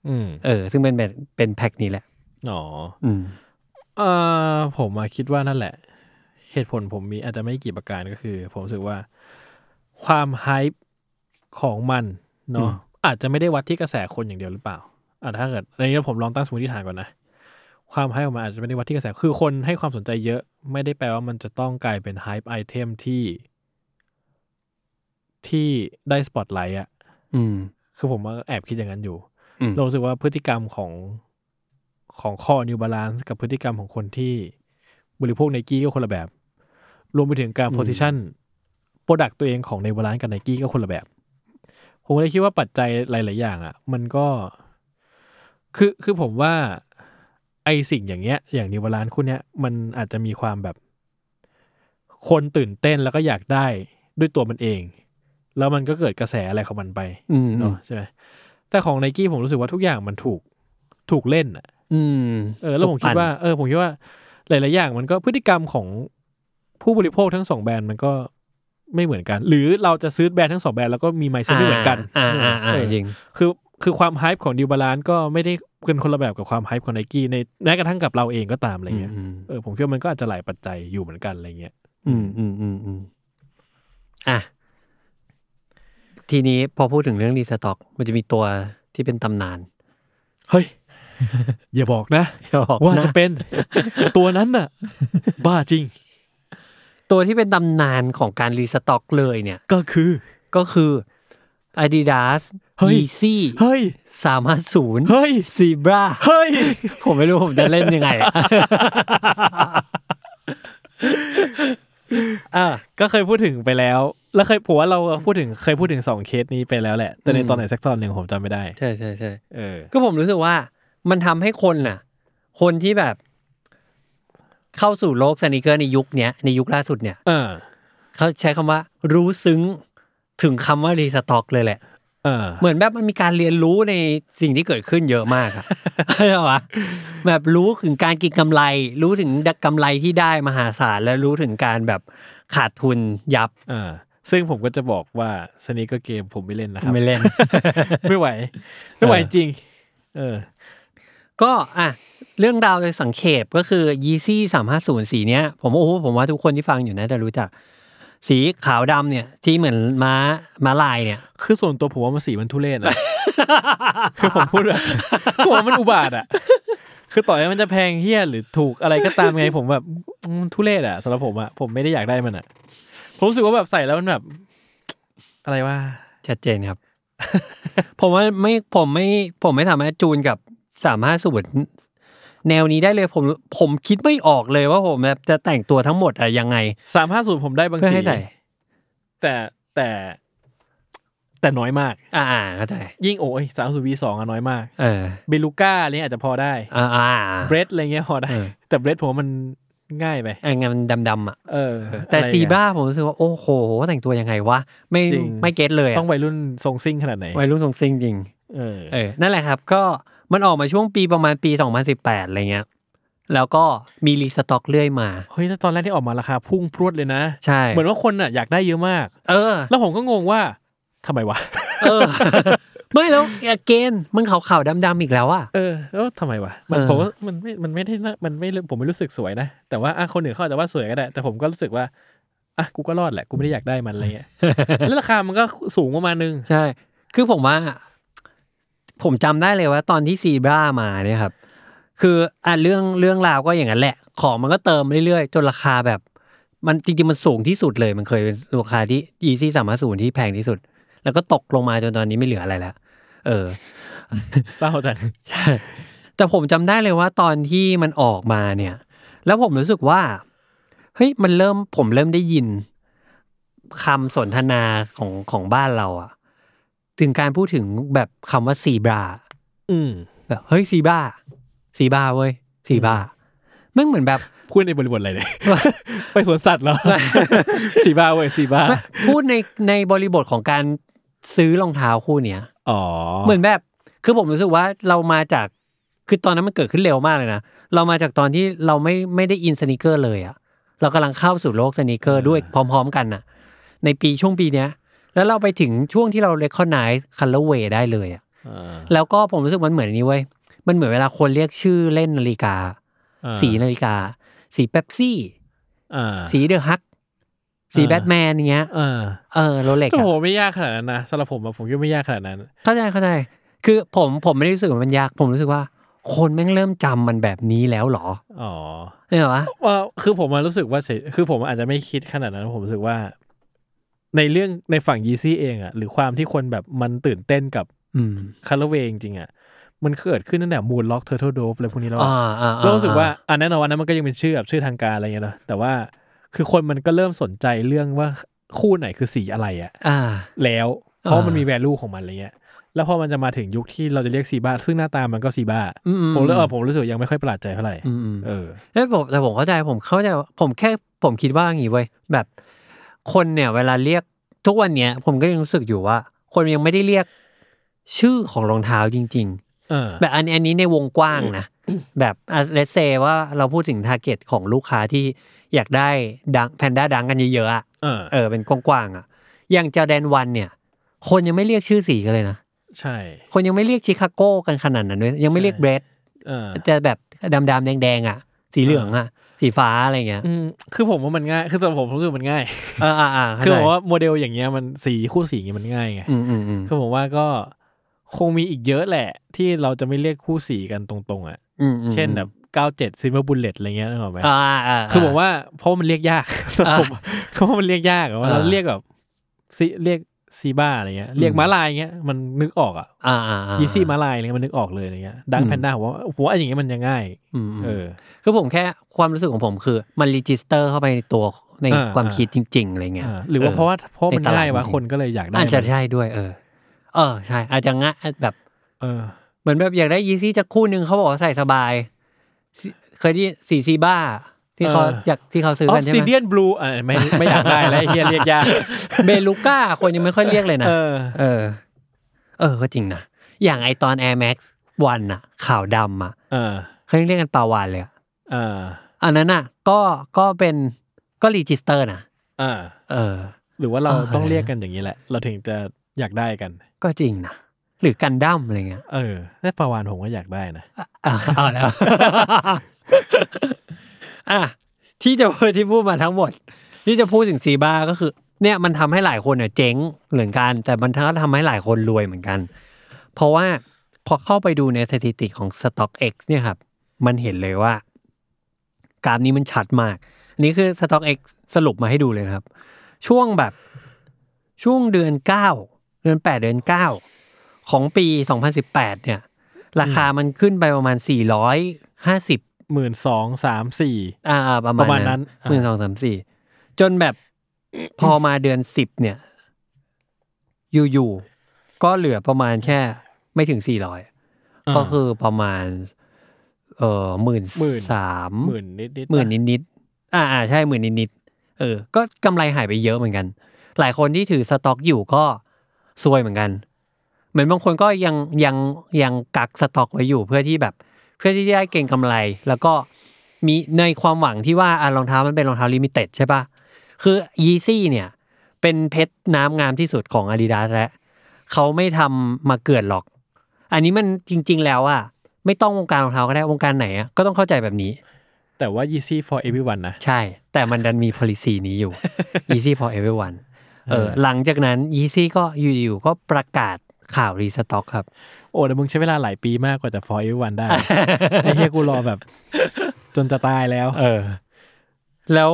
อืม เออ ซึ่งเป็นแบบเป็นแพ็คนี้แหละ อ๋อ อืม เออผมอะคิดว่านั่นแหละ เหตุผลผมมีอาจจะไม่กี่ประการก็คือ ผมรู้สึกว่า ความไฮป์ของมันเนาะ อืม อาจจะไม่ได้วัดที่กระแสคนอย่างเดียวหรือเปล่าอ่ะถ้าเกิดในนี้ผมลองตั้งสมมติฐานก่อนนะ ความไฮป์ของมันอาจจะไม่ได้วัดที่กระแส คือคนให้ความสนใจเยอะ ไม่ได้แปลว่ามันจะต้องกลายเป็นไฮป์ไอเทมที่ ที่ได้สปอตไลท์อะ อืม คือผมว่าแอบคิดอย่างนั้นอยู่ อืม เรารู้สึกว่าพฤติกรรมของของข้อ New Balance กับพฤติกรรมของคนที่บริโภคไนกี้ก็คนละแบบ รวมไปถึงการ position product ตัวเองของในบาลานกับไนกี้ก็คนละแบบ ผมเลยคิดว่าปัจจัยหลาย ๆ อย่างอะ่ะ มันก็ คือคือผมว่าไอสิ่งอย่างเงี้ย อย่างนิวบาลานคู่เนี้ยมันอาจจะมีความแบบ คนตื่นเต้นแล้วก็อยากได้ด้วยตัวมันเอง แล้วมันก็เกิดกระแสอะไรของมันไป อืม เนอะใช่ไหมแต่ของไนกี้ผมรู้สึกว่าทุกอย่างมันถูกถูกเล่นอ่ะ อืม เออแล้วผมคิดว่าเออผมคิดว่าหลาย ๆ อย่างมันก็พฤติกรรมของผู้บริโภคทั้งสองแบรนด์มันก็ไม่เหมือนกัน หรือเราจะซื้อแบรนด์ทั้งสองแบรนด์แล้วก็มีไมซ์ไม่เหมือนกัน อ่าอ่าอ่า เอ อ่า อ จริง คือคือความฮ p e ของดิวบาลานก็ไม่ได้เป็นคนละแบบกับความฮ p e ของไนกี้ในแม้กระทั่งกับเราเองก็ตามอะไรเงี้ย อืม เออผมคิดว่ามันก็อาจจะหลายปัจจัยอยู่เหมือนกันอะไรเงี้ย อืมอืมอืมอืมอ่ะ ทีนี้พอพูดถึงเรื่องรีสต็อก มันจะมีตัวที่เป็นตำนาน เฮ้ย อย่าบอกนะ อย่าบอกนะ ว่าจะเป็นตัวนั้นน่ะ บ้าจริง ตัวที่เป็นตำนานของการรีสต็อกเลยเนี่ย ก็คือ ก็คือ Adidas เฮ้ย Yeezy เฮ้ย สามห้าศูนย์ เฮ้ย ซีบรา เฮ้ย ผมไม่รู้ผมจะเล่นยังไงอะ อ่ะ ก็เคยพูดถึงไปแล้ว แล้วเคยผัวาเราพูดถึงเคยพูดถึงสองเคสนี้ไปแล้วแหละ แต่ใน อืม ตอนไหนสักตอนหนึ่งผมจำไม่ได้ ใช่ใช่ใช่ เออ ก็ผมรู้สึกว่ามันทำให้คนน่ะ คนที่แบบ เข้าสู่โลกสนิเกอร์ในยุคเนี้ยในยุคล่าสุดเนี่ย เออ เขาใช้คำว่า รู้ซึ้งถึงคำว่ารีสต็อกเลยแหละ เออ เหมือนแบบมันมีการเรียนรู้ในสิ่งที่เกิดขึ้นเยอะมากอะ ใช่ปะแบบรู้ถึงการกินกำไร รู้ถึงกำไรที่ได้มหาศาลและรู้ถึงการแบบขาดทุนยับ เออ ซึ่งผมก็จะบอกว่าสนิกเกอร์เกมผมไม่เล่นนะครับ ไม่เล่น ไม่ไหว ไม่ไหวจริง เออ ก็อ่ะเรื่องราวในสังเขปก็คือยีซี่สามห้าศูนย์สีเนี้ย ผมว่าโอ้โหผมว่าทุกคนที่ฟังอยู่น่าจะรู้จัก สีขาวดำเนี่ย ที่เหมือนม้าม้าลายเนี่ย คือส่วนตัวผมว่ามันสีมันทุเร ศนะ คือผมพูดแบบผมว่ามันอุบาทอ่ะ คือต่อให้มันจะแพงเฮี้ยหรือถูกอะไรก็ตามไงผมแบบอืมทุเรศอ่ะสำหรับผมอ่ะผมไม่ได้อยากได้มันอ่ะ ผมรู้สึกว่าแบบใส่แล้วมันแบบ อะไรว่า ชัดเจนครับ ผมว่าไม่ผมไม่ผมไม่สามารถจูนกับสามารถสูตรแนวนี้ได้เลยผมผมคิดไม่ออกเลยว่าผมแบบจะแต่งตัวทั้งหมดอะยังไง สามห้าศูนย์ผมได้บาง เพื่อ สี ให้ใส่ แต่แต่ แต่น้อยมาก อ่าๆเข้าใจ ยิ่งโอ้ยสามศูนย์วีสองอะน้อยมาก เออ เบลูก้าอะไรเงี้ยอาจจะพอได้ อ่าอ่า เบรดอะไรเงี้ยพอได้ เออ แต่เบรดผมว่ามันง่ายไป ไอ้งานมันดำๆอ่ะ เออ แต่ อะไรอย่ง ซี เงี้ย บ้าผมรู้สึกว่า โอ้โห แต่งตัวยังไงวะ ไม่ จริง ไม่เก็ตเลยอะ ต้องวัยรุ่นทรงซิ่งขนาดไหน วัยรุ่นทรงซิงจริง เออ เออ นั่นแหละครับ ก็มันออกมาช่วงปีประมาณปี 2018อะไรเงี้ยแล้วก็มีรีสต็อกเรื่อยมา เฮ้ยแล้วตอนแรกที่ออกมาราคาพุ่งพรวดเลยนะ ใช่ เหมือนว่าคนอ่ะอยากได้เยอะมาก เออ แล้วผมก็งงว่าทำไมวะ เออ ไม่แล้วเกนมันขาวๆดำๆอีกแล้วอะ เออแล้วทำไมวะ มัน เออ ผมว่ามันไม่ มันไม่ได้น่ามันไม่ผมไม่รู้สึกสวยนะ แต่ว่าอ่ะคนอื่นเขาอาจจะว่าสวยก็ได้ แต่ผมก็รู้สึกว่าอ่ะกูก็รอดแหละ กูไม่ได้อยากได้มันอะไร เงี้ย แล้วราคามันก็สูงประมาณนึง ใช่ คือผมว่า ผมจำได้เลยว่า ตอนที่ซีบรามาเนี่ยครับ คืออ่ะเรื่องเรื่องราวก็อย่างนั้นแหละ ของมันก็เติมเรื่อยๆ จนราคาแบบ มันจริงๆ มันสูงที่สุดเลย มันเคยเป็นราคาที่ยีซี่สามศูนที่แพงที่สุด แล้วก็ตกลงมาจนตอนนี้ไม่เหลืออะไรแล้ว เออ เศร้าจัง ใช่แต่ผมจำได้เลยว่าตอนที่มันออกมาเนี่ย แล้วผมรู้สึกว่าเฮ้ยมันเริ่มผมเริ่มได้ยินคำสนทนาของของบ้านเราอะถึงการพูดถึงแบบคำว่าซีบรา อืม แบบเฮ้ยซีบราซีบราเว้ยซีบราแม่งเหมือนแบบ พูดในบริบทอะไรเนี่ย ไปสวนสัตว์เหรอ สีบ้าเว้ยสีบ้า พูดในในบริบทของการซื้อรองเท้าคู่เนี้ย อ๋อ เหมือนแบบ คือผมรู้สึกว่าเรามาจาก คือตอนนั้นมันเกิดขึ้นเร็วมากเลยนะ เรามาจากตอนที่เราไม่ไม่ได้อินสนิเกอร์เลยอะเรากำลังเข้าสู่โลกสนิเกอร์ด้วยพร้อม ๆ กันน่ะ ในปีช่วงปีเนี้ย แล้วเราไปถึงช่วงที่เราเ e คคอร์ไนคัลเลเวได้เลยอะ า แล้วก็ผมรู้สึกมันเหมือนอันนี้เว้ย มันเหมือนเวลาคนเรียกชื่อเล่นนาฬิกา อ่า สีนาฬิกา สีเป๊ปซี่ อ่า สีเดอะฮัก สี อ่า แบทแมนเงี้ย อ่า เออโรเล็ก โอ้โหไม่ยากขนาดนั้นนะสำหรับผมอะผมคิดว่าไม่ยากขนาดนั้น เข้าใจเข้าใจ คือผมผมไม่ได้รู้สึกว่ามันยาก ผมรู้สึกว่า คนแม่งเริ่มจำมันแบบนี้แล้วเหรอ อ๋อ เนี่ยเหรอวะ ว่าคือผมอะรู้สึกว่าเฉยคือผมอาจจะไม่คิดขนาดนั้น ผมรู้สึกว่า ในเรื่องในฝั่งยีซี่เองอะหรือความที่คนแบบมันตื่นเต้นกับ อืม คาร์เวจริงๆอะมันเกิดขึ้นตั้งแต่มูนล็อกเทอร์ d ท v โดฟอะไรพวกนี้แล้ว อ่า อะ อ่า เรารู้สึกว่าอันแน่นอนวันนั้นมันก็ยังเป็นชื่อแบบชื่อทางการอะไรเงี้ยเนอะแต่ว่าคือคนมันก็เริ่มสนใจเรื่องว่าคู่ไหนคือสีอะไรอะ อ่า แล้ว เพราะ อ่ามั มันมี value ของมันอะไรเงี้ย แล้วพอมันจะมาถึงยุคที่เราจะเรียกซีบ้าซึ่งหน้าตามันก็ซีบ้า อืม ผมเลยเออผมรู้สึกยังไม่ค่อยประหลาดใจเท่าไหร่ อืมอืม เออ แล้วผมแต่ผมเข้าใจผมเข้าใจว่าผมแค่ผมคิดว่าอย่างงี้เว้ยแบบ คนเนี่ย เวลาเรียกทุกวันเนี้ย ผมก็ยังรู้สึกอยู่ว่า คนยังไม่ได้เรียกชื่อของรองเท้าจริง ๆ เออ แบบอันอันนี้ในวงกว้างนะ แบบเลเซว่าเราพูดถึงทาร์เก็ตของลูกค้าที่อยากได้ดังแพนด้าดังกันเยอะๆอะ เออ เออเป็นกว้างๆอ่ะอย่างจอแดนวันเนี่ย คนยังไม่เรียกชื่อสีกันเลยนะ ใช่ คนยังไม่เรียกชิคาโกกันขนาดนั้นเลยยังไม่เรียกเบรด เออ จะแบบดำๆแดงๆอ่ะ สีเหลืองอ่ะ สีฟ้าอะไรเงี้ย อืมคือผมว่ามันง่าย คือสำหรับผมผมรู้สึกมันง่าย เอออ่าอ่า คือผมว่าโมเดลอย่างเงี้ยมันสีคู่สีอย่างเงี้ยมันง่ายไง อืมอืมอืม คือผมว่าก็คงมีอีกเยอะแหละ ที่เราจะไม่เรียกคู่สีกันตรงๆอ่ะ อืมอืม เช่นแบบ 97 Silver Bullet อะไรเงี้ยนึกออกไหม อ่าา คือผมว่าเพราะมันเรียกยาก สำหรับผมเพราะว่ามันเรียกยากอะว่าเรา อ่า เรียกแบบซีเรียกซีบ้าอะไรเงี้ยเรียก อืม ม้าลายเงี้ยมันนึกออกอ่ะ อ่าอ่าอ่ ยีซี่ม้าลายอะไรเงี้ยมันนึกออกเลยอะไรเงี้ยดัง อืม แพนด้าผมว่าผมว่าอย่างเงี้ยมันยังง่าย อืมอืม เออ คือผมแค่ความรู้สึกของผมคือ มันรีจิสเตอร์เข้าไปในตัวใน อ่า ความ อ่า คิดจริง ๆ อะไรเงี้ย อ่าหรือว่าเพราะว่าเพราะมัน ใตลด ง่ายวะ จริงๆ คนก็เลยอยากได้ อาจจะ มัน ใช่ด้วย เออ เออใช่ อาจจะง่ายแบบ เออ เหมือนแบบอยากได้ยีซี่จากคู่หนึ่งเขาบอกว่าใส่สบายซีเคยที่สีซีบ้า ที่เขา เอออ อยากที่เขาซื้อ ออ กัน ฟ ใช่ ซิ ไหม เดียนบลูอ่าไม่ไม่อยากได้แล้วไอ้เฮียเรียกยาก เบลูก้าคนยังไม่ค่อยเรียกเลยนะ เออ เออ เออ ก็จริงนะ อย่างไอตอน Air Max วันอะขาวดำอะ เออ เขายังเรียกกันปาวานเลยอะ เออ อันนั้นอะก็ก็เป็นก็รีจิสเตอร์นะ เออ เออ หรือว่าเรา เออ ต้องเรียกกันอย่างนี้แหละ เราถึงจะอยากได้กัน ก็จริงนะ หรือกันดั้มอะไรเงี้ย เออแต่ประวานผมก็อยากได้นะ อ่ะอ่ะเอาแล้ว อ่ะที่จะพูดที่พูดมาทั้งหมด ที่จะพูดถึงซีบ้าก็คือ เนี่ยมันทำให้หลายคนเนี่ยเจ๊งเหมือนกัน แต่มันก็ทำให้หลายคนรวยเหมือนกัน เพราะว่าพอเข้าไปดูในสถิติของ Stock X เนี่ยครับ มันเห็นเลยว่า กราฟนี้มันชัดมาก อันนี้คือ Stock X สรุปมาให้ดูเลยนะครับ ช่วงแบบช่วงเดือน 9 เดือน 8 เดือน 9 ของปี 2018 เนี่ย ราคามันขึ้นไปประมาณ 450 หมื่นสองสามสี่ อ่าๆประมาณ ประมาณนั้ นั้น น หนึ่งสองสามสี่จนแบบ พอมาเดือนสิบเนี่ย อยู่ๆก็เหลือประมาณแค่ไม่ถึงสี่ร้อย า ก็คือประมาณ เอ่อหมื่น หมื่น สาม หมื่นนิดนิด หมื่นนิดๆอ่าอ่าใช่หมื่นนิดๆเออ ก็กำไรหายไปเยอะเหมือนกัน หลายคนที่ถือสต็อกอยู่ก็ซวยเหมือนกัน เหมือนบางคนก็ยังยังยังกักสต็อกไว้อยู่เพื่อที่แบบ เพื่อที่จะได้เก่งกำไร แล้วก็มีในความหวังที่ว่าอ่ะรองเท้ามันเป็นรองเท้าลิมิเต็ดใช่ปะคือยีซี่เนี่ย เป็นเพชรน้ำงามที่สุดของ Adidas แล้วเขาไม่ทำมาเกิดหรอก อันนี้มันจริง ๆ แล้วอะไม่ต้องวงการรองเท้าก็ได้วงการไหนอะก็ต้องเข้าใจแบบนี้ แต่ว่า easy for everyone นะ ใช่ แต่มันดันมี policy นี้ อยู่ Easy for everyone เออหลังจากนั้น Easy ก็อยู่ๆก็ประกาศข่าวรีสต็อกครับ โอ้แต่มึงใช้เวลาหลายปีมากกว่าจะ for everyone ได้ ไอ้เฮียกูรอแบบ จนจะตายแล้ว เออ แล้ว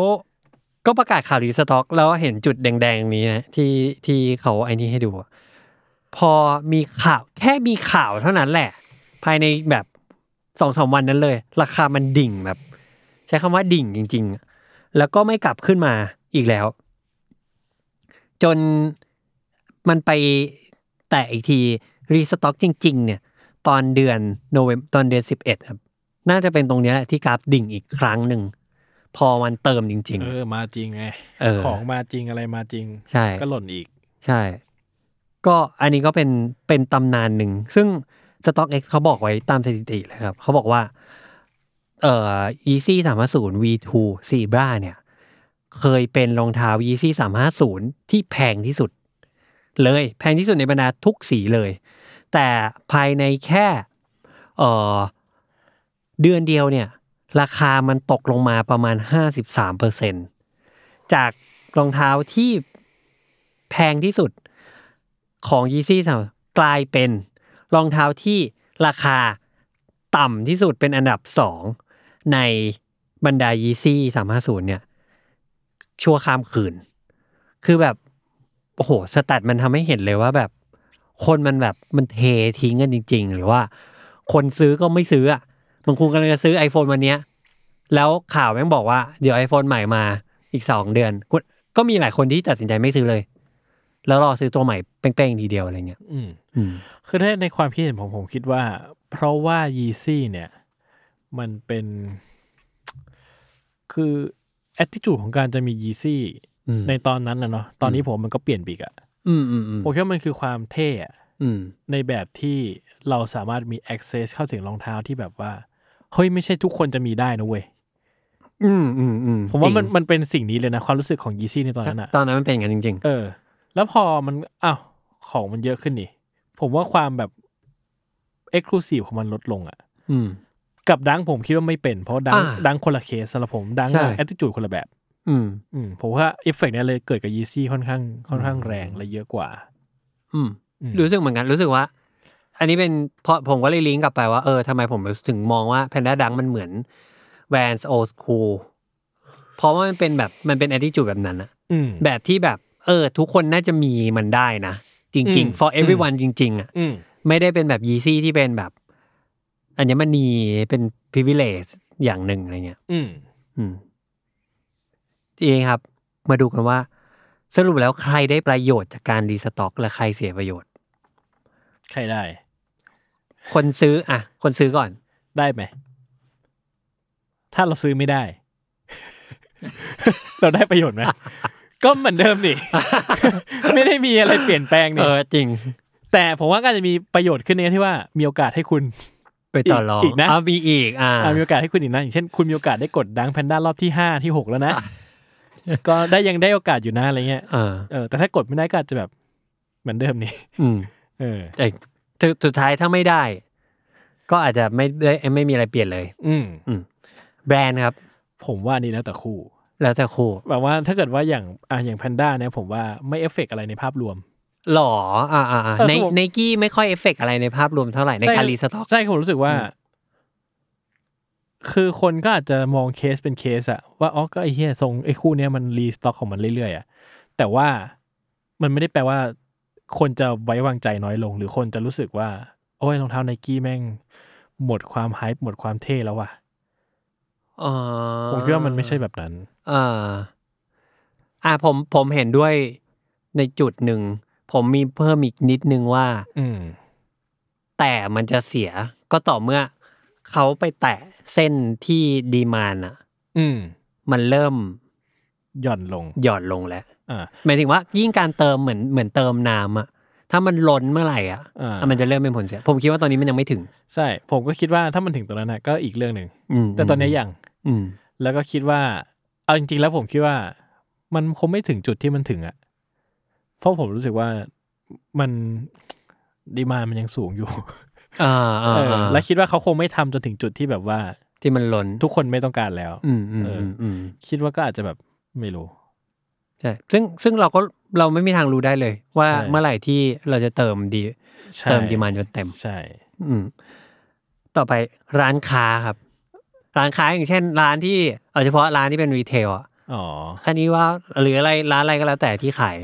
ก็ประกาศข่าวรีสต็อก แล้วเห็นจุดแดงๆนี้นะที่ที่เขาไอ้นี่ให้ดูอะพอมีข่าวแค่มีข่าวเท่านั้นแหละ ภายในแบบสองสามวันนั้นเลย ราคามันดิ่งแบบ ใช้คำว่าดิ่งจริงๆอะแล้วก็ไม่กลับขึ้นมาอีกแล้ว จนมันไปแตะอีกทีรีสต็อกจริง ๆ เนี่ย ตอนเดือนโนเวมตอนเดือนสิบเอ็ดครับ น่าจะเป็นตรงเนี้ยแหละที่กราฟดิ่งอีกครั้งหนึ่ง พอมันเติมจริง เออ มาจริงไง ๆ เออ ของมาจริงอะไรมาจริง ใช่ ก็หล่นอีก ใช่ ก็อันนี้ก็เป็นเป็นตำนานหนึ่ง ซึ่ง Stock X เขาบอกไว้ตามสถิติเลยครับ เขาบอกว่า เอ่อ Yeezy 350 V2 Zebra เนี่ย เคยเป็นรองเท้า Yeezy 350 ที่แพงที่สุด เลยแพงที่สุดในบรรดาทุกสีเลย แต่ภายในแค่เอ่อเดือนเดียวเนี่ย ราคามันตกลงมาประมาณ 53%จากรองเท้าที่แพงที่สุดของ Yeezy สามกลายเป็นรองเท้าที่ราคาต่ำที่สุดเป็นอันดับ 2 ในบรรดา Yeezy 350 เนี่ย ชั่วข้ามคืน คือแบบ โอ้โห สแตัดมันทำให้เห็นเลยว่าแบบ คนมันแบบมันเททิ้งกันจริง ๆ หรือว่า คนซื้อก็ไม่ซื้ออ่ะบางคนกำลังจะซื้อ iPhone วันเนี้ย แล้วข่าวแม่งบอกว่า เดี๋ยว iPhone ใหม่มาอีกสองเดือนคุณก็มีหลายคนที่ตัดสินใจไม่ซื้อเลย แล้วรอซื้อตัวใหม่เป้งๆทีเดียวอะไรเงี้ย อืม อืม คือถ้าในความคิดเห็นผมผมคิดว่า เพราะว่า Yeezy เนี่ย มันเป็น คือ attitude ของการจะมี Yeezy อืม ในตอนนั้นนะเนาะตอนนี้ผมมันก็เปลี่ยนไปอีกอะ อืมอืมอืม ผมคิดว่ามันคือความเท่อะ อืม ในแบบที่เราสามารถมี access เข้าถึงรองเท้าที่แบบว่า เฮ้ย ไม่ใช่ทุกคนจะมีได้นะเว้ย อืมอืมอืม ผมว่ามัน จริง มันเป็นสิ่งนี้เลยนะ ความรู้สึกของยีซี่ในตอนนั้นอะ ตอนนั้นมันเป็นอย่างนั้นจริง เออ แล้วพอมันอ้าวของมันเยอะขึ้นนี่ ผมว่าความแบบ exclusive ของมันลดลงอะ ๆ อืม กับดังผมคิดว่าไม่เป็น เพราะดัง อ่า ดังคนละเคสสำหรับผมดัง ใช่ แอตติจูดคนละแบบ อืม อืมผมว่าเอฟเฟกต์เนี่ยเลยเกิดกับยีซี่ค่อนข้างค่อนข้างแรงและเยอะกว่า อืม อืม รู้สึกเหมือนกันรู้สึกว่า ไอ อันนี้เป็นเพราะผมก็เลยลิงก์กลับไปว่าเออทำไมผมถึงมองว่าแพนด้าดังมันเหมือนแวนส์โอสคูลเพราะว่ามันเป็นแบบมันเป็น attitude แบบนั้นอะ อืม แบบที่แบบเออ ทุกคนน่าจะมีมันได้นะ จ อื ริง ม ๆ for everyone จริง ๆอะ อืม ไม่ได้เป็นแบบยีซี่ที่เป็นแบบอัญมณีเป็นพิเวเลสอย่างหนึ่งอะไรเงี้ย อืม อืมทีนี้ครับ มาดูกันว่า สรุปแล้วใครได้ประโยชน์จากการรีสต็อก และใครเสียประโยชน์ ใครได้ คนซื้อ อ่ะ คนซื้อก่อน ได้ไหม ถ้าเราซื้อไม่ได้ เราได้ประโยชน์ไหม ก็เหมือนเดิมนี่ ไม่ได้มีอะไรเปลี่ยนแปลง เอ นี่ อจริง แต่ผมว่าก็อาจจะมีประโยชน์ขึ้นในแง่ที่ว่ามีโอกาสให้คุณ ไปต่อรอง อีกนะ อ่มีอีก อ่า อ่ะมีโอกาสให้คุณอีกนะ อย่างเช่นคุณมีโอกาสได้กดดังแพนด้ารอบที่ห้าที่หกแล้วนะ ก็ได้ยังได้โอกาสอยู่นะอะไรเงี้ย เออ เออแต่ถ้ากดไม่ได้ก็อาจจะแบบเหมือนเดิมนี่ อืม เออ แต่สุดสุดท้ายถ้าไม่ได้ ก็อาจจะไม่ได้ไม่มีอะไรเปลี่ยนเลย อืม แบรนด์ครับ ผมว่านี่แล้วแต่คู่ แล้วแต่คู่ แบบว่าถ้าเกิดว่าอย่างอ่ะอย่างแพนด้าเนี่ยผมว่าไม่เอฟเฟกต์อะไรในภาพรวม หล่ออ่าอ่าอ่า เออ ใน ครับผม ในกี้ไม่ค่อยเอฟเฟกต์อะไรในภาพรวมเท่าไหร่ในการรีสต็อก ใช่ผมรู้สึกว่า อืม คือคนก็อาจจะมองเคสเป็นเคสอะว่าอ๋อก็ไอ้เหี้ยทรงไอ้คู่เนี้ยมันรีสต็อกของมันเรื่อยๆอะแต่ว่ามันไม่ได้แปลว่า คนจะไว้วางใจน้อยลง หรือคนจะรู้สึกว่า โอ้ยรองเท้าไนกี้แม่ง หมดความไฮป์หมดความเท่แล้วว่ะ อ๋อ ผมคิดว่ามันไม่ใช่แบบนั้น เอ่ออ่าผมผมเห็นด้วยในจุดหนึ่ง ผมมีเพิ่มอีกนิดนึงว่า อืม แต่มันจะเสียก็ต่อเมื่อเขาไปแตะเส้นที่ดีมานอ่ะ อืม มันเริ่ม หย่อนลง หย่อนลงแล้ว อ่า หมายถึงว่ายิ่งการเติมเหมือนเหมือนเติมน้ำอ่ะ ถ้ามันล้นเมื่อไหร่อ่ะ อ่า อ่ะมันจะเริ่มเป็นผลเสีย ผมคิดว่าตอนนี้มันยังไม่ถึง ใช่ ผมก็คิดว่าถ้ามันถึงตรงนั้นนะก็อีกเรื่องหนึ่ง อืม แต่ตอนเนี้ยยัง อืม แล้วก็คิดว่า เอาจริงๆ แล้วผมคิดว่า มันคงไม่ถึงจุดที่มันถึงอะ เพราะผมรู้สึกว่ามัน ดีมานมันยังสูงอยู่ อ่าอ่า เออ อ่า และคิดว่าเขาคงไม่ทำจนถึงจุดที่แบบว่า ที่มันล้น ทุกคนไม่ต้องการแล้ว อืมอืม เอออื มอืม คิดว่าก็อาจจะแบบไม่รู้ ใช่ซึ่งซึ่งเราก็เราไม่มีทางรู้ได้เลย ว่า ใช่ เมื่อไหร่ที่เราจะเติมดี ใช่ เติมดีมานจนเต็ม ใช่ อืม ต่อไปร้านค้าครับ ร้านค้าอย่างเช่น ร้านที่เอาเฉพาะร้านที่เป็นรีเทลอะ อ๋อ แค่นี้ว่าหรืออะไรร้านอะไรก็แล้วแต่ที่ขาย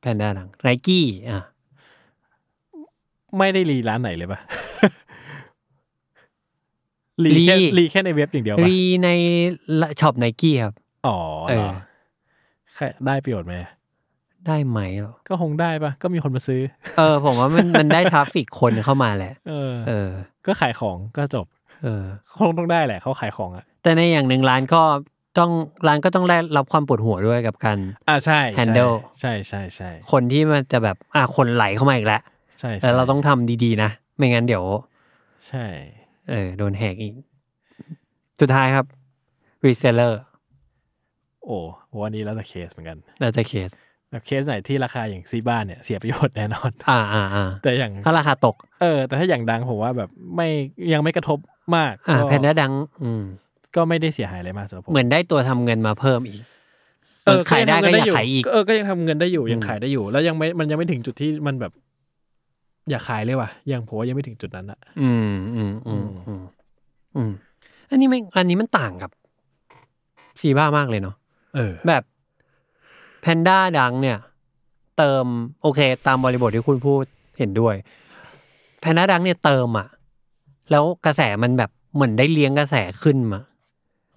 แพนด้าดังไนกี้อ่ะ ไม่ได้รีร้านไหนเลยปะ รีแค่รีแค่ในเว็บอย่างเดียวปะ รีในช็อปไนกี้ครับ อ๋อ เอ เหร อ อแค่ได้ประโยชน์ไหม ได้ไหมเหรอ ก็คงได้ปะก็มีคนมาซื้อ เออ ผมว่ามันมันได้ทราฟฟิกคนเข้ามาแหละ เออ เออ ก็ขายของก็จบ เออ คงต้องได้แหละเขาขายของอ่ะ แต่ในอย่างหนึ่งร้านก็ต้องร้านก็ต้องได้รับความปวดหัวด้วยกับการ อ่าใช่ใช่ Handle ใช่ใช่ใช่ คนที่มันจะแบบอ่ะคนไหลเข้ามาอีกแล้ว ใช่ แล้วเราต้องทำดีๆนะ ไม่งั้นเดี๋ยว ใช่ เออโดนแหกอีก สุดท้ายครับรีเซลเลอร์ โอ้ผมว่านี้แล้วแต่เคสเหมือนกัน แล้วแต่เคส แบบเคสไหนที่ราคาอย่างซีบ้านเนี่ยเสียประโยชน์แน่นอน อ่าอ่าอ่า แต่อย่าง ถ้าราคาตก เออ แต่ถ้าอย่างดังผมว่าแบบไม่ยังไม่กระทบมาก อ่า ก็ แพนด้าดัง อืม ก็ไม่ได้เสียหายอะไรมากสำหรับผม เหมือนได้ตัวทำเงินมาเพิ่มอีกเออขายได้ก็อยากขายอีก เออก็ยังทำเงินได้อยู่ยัง อืม ขายได้อยู่ แล้วยังไม่มันยังไม่ถึงจุดที่มันแบบ อยากขายเลยว่ะยังผมว่ายังไม่ถึงจุดนั้นอะ อืมอืมอืมอืมอืมอันนี้ไม่อันนี้มันต่างกับซีบ้ามากเลยเนาะ เออ แบบแพนด้าดังเนี่ย เติมโอเค ตามบริบทที่คุณพูดเห็นด้วยแพนด้าดังเนี่ยเติมอะแล้วกระแสมันแบบเหมือนได้เลี้ยงกระแสขึ้นมา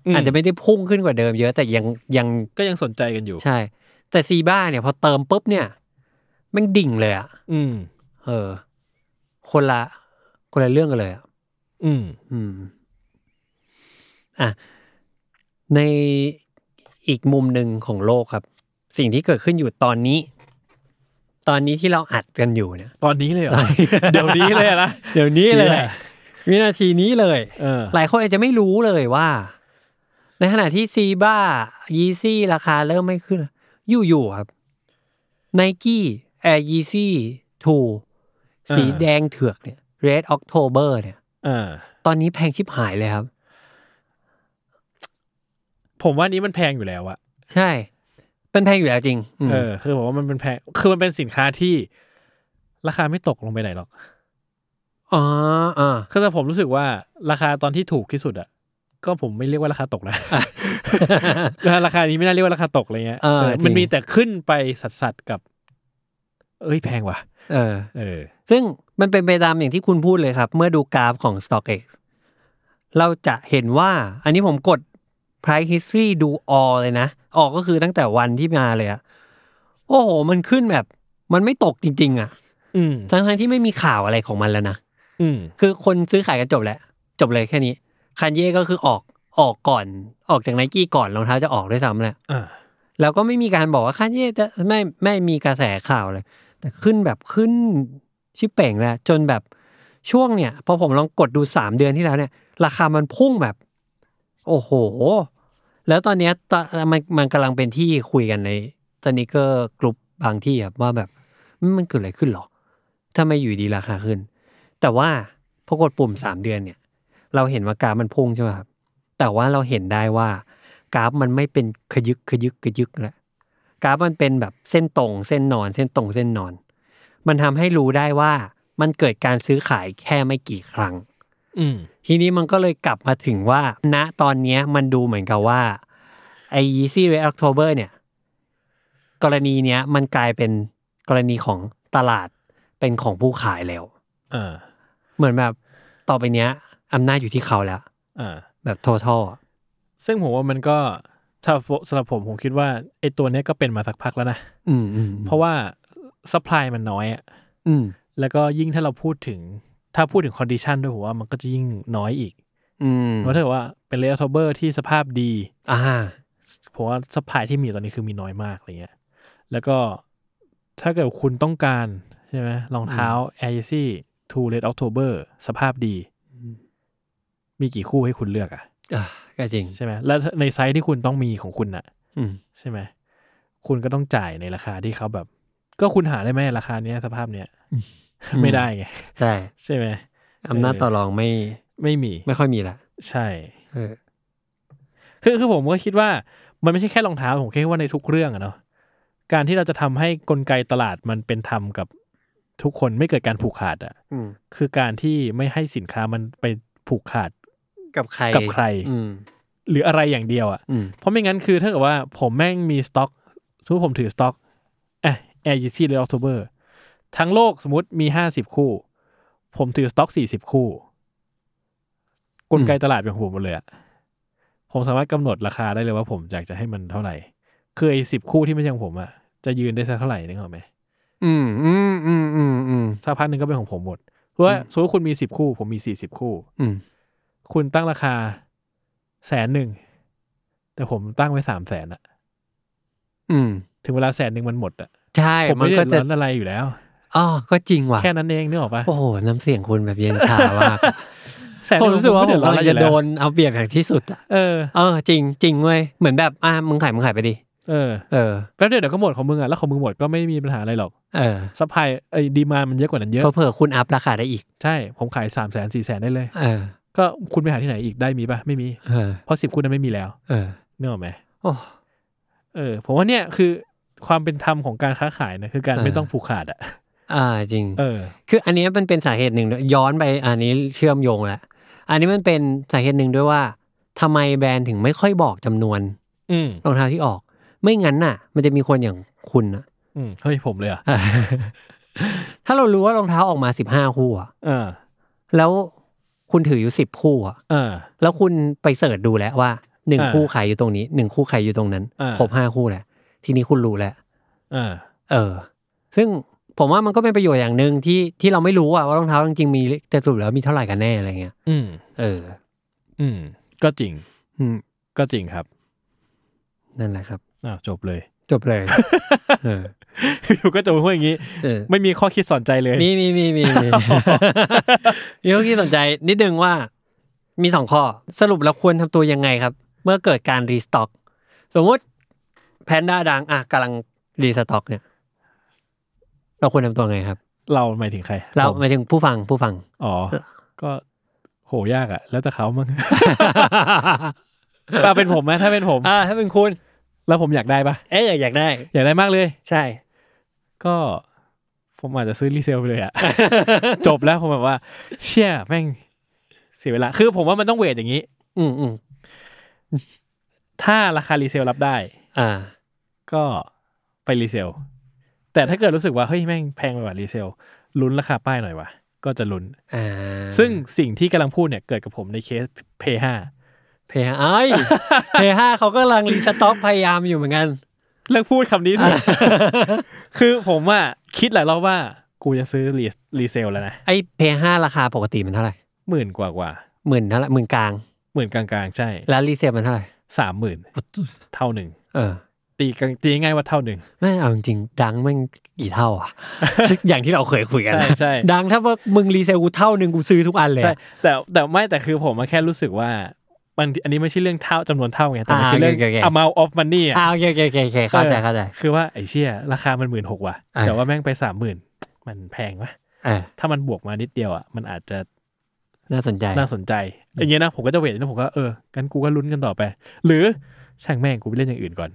อืม อาจจะไม่ได้พุ่งขึ้นกว่าเดิมเยอะแต่ยังยัง ก็ยังสนใจกันอยู่ ใช่ แต่ซีบ้าเนี่ย พอเติมปุ๊บเนี่ยแมันดิ่งเลยอะ อืม เออ คนละ คนละเรื่องกันเลยอะ อืม อืม อ่ะ ในอีกมุมหนึ่งของโลกครับ สิ่งที่เกิดขึ้นอยู่ตอนนี้ ตอนนี้ที่เราอัดกันอยู่เนี่ย ตอนนี้เลยเหรอ เดี๋ยวนี้เลยนะ เดี๋ยวนี้เลย เชื่อ วินาทีนี้เลย เออ หลายคนอาจจะไม่รู้เลยว่า ในขณะที่ซีบ้ายีซี่ ราคาเริ่มไม่ขึ้น อยู่ๆครับไนกี้แอร์ยีซี่ทู อ่า สีแดงเถือกเนี่ยเรดออกโทเบอร์เนี่ย เออ ตอนนี้แพงชิบหายเลยครับ ผมว่านี้มันแพงอยู่แล้วอะ ใช่ เป็นแพงอยู่แล้วจริงม เออ คือผมว่ามันเป็นแพง คือมันเป็นสินค้าที่ ราคาไม่ตกลงไปไหนหรอก อ๋ออ่า คือแต่ผมรู้สึกว่าราคาตอนที่ถูกที่สุดอะก็ผมไม่เรียกว่าราคาตกนะ ราคานี้ไม่น่าเรียกว่าราคาตกอะไรเงี้ย เออ เออ จริง มันมีแต่ขึ้นไปสัดสัดกับ เอ้ยแพงว่ะ เออ เออ ซึ่งมันเป็นไปตามอย่างที่คุณพูดเลยครับ เมื่อดูกราฟของ StockX เราจะเห็นว่า อันนี้ผมกด Price History ดู all เลยนะ ออกก็คือตั้งแต่วันที่มาเลยอะโอ้โห มันขึ้นแบบ มันไม่ตกจริง ๆอะ อืม ทั้งทั้งๆที่ไม่มีข่าวอะไรของมันแล้วนะ อืม คือคนซื้อขายกันจบแล้ว จบเลยแค่นี้คันเย่ก็คือออกออกก่อนออกจากไนกี้ก่อนรองเท้าจะออกด้วยซ้ำแหละ อ่า แล้วก็ไม่มีการบอกว่าคันเย่จะไม่ไม่มีกระแสข่าวเลย แต่ขึ้นแบบขึ้นชิบเป่งแล้วจนแบบช่วงเนี่ยพอผมลองกดดูสามเดือนที่แล้วเนี่ย ราคามันพุ่งแบบ โอ้โห แล้วตอนเนี้ยตอนมันมันกำลังเป็นที่คุยกันในสนิเกอร์กลุ่มบางที่ครับว่าแบบมันเกิดอะไรขึ้นหรอถ้าไม่อยู่ดีราคาขึ้น แต่ว่าพอกดปุ่มสามเดือนเนี่ย เราเห็นว่ากราฟมันพุ่งใช่ไหมครับ แต่ว่าเราเห็นได้ว่ากราฟมันไม่เป็นขยึกขยึกขยึกแล้วกราฟมันเป็นแบบเส้นตรงเส้นนอน เส้นตรงเส้นนอน มันทำให้รู้ได้ว่ามันเกิดการซื้อขายแค่ไม่กี่ครั้ง อืม ทีนี้มันก็เลยกลับมาถึงว่าณตอนเนี้ยมันดูเหมือนกับว่าไอ้ Yeezy Red October เนี่ย กรณีเนี้ยมันกลายเป็นกรณีของตลาดเป็นของผู้ขายแล้ว อ่า เหมือนแบบต่อไปเนี้ยอำนาจอยู่ที่เขาแล้ว อ่า แบบ total อะ ซึ่งผมว่ามันก็ถ้าสำหรับผมผมคิดว่าไอ้ตัวเนี้ยก็เป็นมาสักพักแล้วนะ อืมอืม เพราะว่าสป라이มันน้อยอะ อืม แล้วก็ยิ่งถ้าเราพูดถึง ถ้าพูดถึงคอนดิชันด้วยผมว่ามันก็จะยิ่งน้อยอีก อืม เพราะถ้าเกิดว่าเป็นเลเยอร์ทเบอร์ที่สภาพดี อ่า ผมว่าสปายที่มีตอนนี้คือมีน้อยมากอะไรเงี้ย แล้วก็ถ้าเกิดคุณต้องการใช่ไหมรองเท้า Air Yeezy Two Red October สภาพดี มีกี่คู่ให้คุณเลือกอะ อ่าก็จริง ใช่ไหมแล้วในไซส์ที่คุณต้องมีของคุณอะ อืม ใช่ไหมคุณก็ต้องจ่ายในราคาที่เขาแบบ ก็คุณหาได้ไหมราคาเนี้ยสภาพเนี้ยไม่ได้ไง ใช่ ใช่ไหม อำนาจ เออ ต่อรองไม่ ไม่มี ไม่ค่อยมีละ ใช่ เออ คือคือผมก็คิดว่ามันไม่ใช่แค่รองเท้าผมแค่ว่าในทุกเรื่องอะเนาะการที่เราจะทำให้กลไกตลาดมันเป็นธรรมกับทุกคนไม่เกิดการผูกขาดอะ อืม คือการที่ไม่ให้สินค้ามันไปผูกขาด กับใคร กับใคร อืม หรืออะไรอย่างเดียวอะ อืม เพราะไม่งั้นคือถ้าเกิดว่าผมแม่งมีสต็อกสมมติผมถือสต็อกเอะแอร์ยีซี่หรือออกโทเบอร์ทั้งโลกสมมติมีห้าสิบคู่ ผมถือสต็อกสี่สิบคู่ กลไกตลาดเป็นของผมหมดเลยอะผมสามารถกำหนดราคาได้เลยว่าผมอยากจะให้มันเท่าไหร่ คือไอ้สิบคู่ที่ไม่ใช่ของผมอะจะยืนได้สักเท่าไหร่นึกออกไหม อืมอืมอืมอืมอืม สักพักหนึ่งก็เป็นของผมหมดเพราะว่าสมมติคุณมีสิบคู่ ผมมีสี่สิบคู่ อืม คุณตั้งราคาแสนหนึ่งแต่ผมตั้งไว้สามแสนอะ อืม ถึงเวลาแสนหนึ่งมันหมดอ่ะ ใช่ ผม มั ไม่ น ได้ ก็ เดือจะดร้อนอะไรอยู่แล้ว อ๋อก็จริงว่ะ แค่นั้นเองนึกออกปะ โอ้โห น้ำเสียงคุณแบบเย็นชามากอะ แสนห ผ นึ่ ม ง รู้สึกว่าผ ไเดือร้อกมำลั อง ไรอ จะ ยู่แล้ โดนเอาเปรียบอย่างที่สุดอะ เออ เออ จริงจริงเว้ยเหมือนแบบอ่ะมึงขายมึงขายไปดิ เออ เออ แป๊บเดียวเดี๋ยวก็หมดของมึงอ่ะแล้วของมึงหมดก็ไม่มีปัญหาอะไรหรอก เออ ซัพพลายไอ้ดีมามันเยอะกว่านั้นเยอะ เผื่อๆคุณอัพราคาได้อีก ใช่ ผมขายสามแสนสี่แสนได้เลย เออ ก็คุณไปหาที่ไหนอีกได้มีปะไม่มี เออ เพราะสิบคุณนั้นไม่มีแล้ว เออ นึกออกไหม โอ้ เออผมว่าเนี่ยคือความเป็นธรรมของการค้าขายนะคือการ เออ ไม่ต้องผูกขาดอ่ะ อ่าจริง เออ คืออันเนี้ยมันเป็นสาเหตุหนึ่งด้วยย้อนไปอันนี้เชื่อมโยงแล้วอันนี้มันเป็นสาเหตุหนึ่งด้วยว่าทำไมแบรนด์ถึงไม่ค่อยบอกจำนวน อืม รองเท้าที่ออก ไม่งั้นน่ะ มันจะมีคนอย่างคุณนะ อืมเฮ้ยผมเลยเหรอ่ะ ถ้าเรารู้ว่ารองเท้าออกมาสิบห้าคู่อะ เออ แล้วคุณถืออยู่สิบคู่อะ เออ แล้วคุณไปเสิร์ชดูแล้วว่าหนึ่ง อ่า คู่ขายอยู่ตรงนี้หนึ่งคู่ขายอยู่ตรงนั้น อ่า ครบห้าคู่แล้วทีนี้คุณรู้แล้ว เออ เออ ซึ่งผมว่ามันก็เป็นประโยชน์อย่างหนึ่งที่ที่เราไม่รู้อะว่ารองเท้าจริงๆมีแต่สรุปแล้วมีเท่าไหร่กันแน่อะไรเงี้ย อืม เออ อืม ก็จริง อืม ก็จริงครับ นั่นแหละครับ อ้าวจบเลย จบเลย เออ อยู่ ก็จะพูดอย่างนี้ เออ ไม่มีข้อคิดสอนใจเลย มีมีมี มีมีมีข้อคิดสนใจนิดนึงว่า มีสองข้อ สรุปเราควรทำตัวยังไงครับ เมื่อเกิดการรีสต็อก สมมติแพนด้าดังอ่ะกำลังรีสต็อก เนี่ย เราควรทำตัวไงครับ เราหมายถึงใคร เรา ผม หมายถึงผู้ฟังผู้ ฟัง อ๋อ ก็โหยากอะแล้วแต่เขามั้ง เราเป็นผมไหมถ้าเป็นผม อ่าถ้าเป็นคุณ แล้วผมอยากได้ปะ เอออยากได้ อยากได้มากเลย ใช่ ก็ ผมอาจจะซื้อรีเซลไปเลยอะ จบแล้วผมแบบว่า เชี่ยแม่งเสียเวลา คือผมว่ามันต้องเวทอย่างนี้ อืมอืม ถ้าราคารีเซลรับได้ อ่า ก็ไปรีเซล แต่ถ้าเกิดรู้สึกว่า เฮ้ย แม่งแพงไปกว่ารีเซลลุ้นราคาป้ายหน่อยวะก็จะลุ้น อ่า ซึ่งสิ่งที่กำลังพูดเนี่ยเกิดกับผมในเคส Pay 5 เพย์ ไอเพย์ห้าเขากำลังรีสต็อกพยายามอยู่เหมือนกัน เลิกพูดคำนี้เถอะ คือผมอะคิดหลายรอบว่ากูจะซื้อรีรีเซลแล้วนะ ไอเพย์ห้าราคาปกติมันเท่าไหร่ หมื่นกว่ากว่า หมื่นเท่าไหร่หมื่นกลาง หมื่นกลางๆ ใช่ แล้วรีเซลมันเท่าไหร่ สามหมื่นเท่าหนึ่ง เออ ตีกันตีง่ายๆว่าเท่าหนึ่ง แม่งเอาจริงๆดังแม่งกี่เท่าอ่ะ อย่างที่เราเคยคุยกันนะ ใช่ใช่ ดังถ้าว่ามึงรีเซลกูเท่าหนึ่งกูซื้อทุกอันเลย ใช่ อะ แต่แต่ไม่แต่คือผมอะแค่รู้สึกว่ามันอันนี้ไม่ใช่เรื่องเท่าจำนวนเท่าไง แต่มัน อ่า คือเรื่อง โอเคโอเค amount of money อะ อ่าโอเคโอเคโอเคโอเคเข้าใจเข้าใจ คือว่าไอ้เชี่ยราคามันหมื่นหกว่ะ อ่า แต่ว่าแม่งไปสามหมื่นมันแพงวะ เออ ถ้ามันบวกมานิดเดียวอ่ะมันอาจจะ น่าสนใจ น่าสนใจ อย่างเงี้ยนะ ผมก็จะเวทนะผมก็เออกันกูก็ลุ้นกันต่อไป หรือช่างแม่งกูไปเล่นอย่างอื่น ก่อน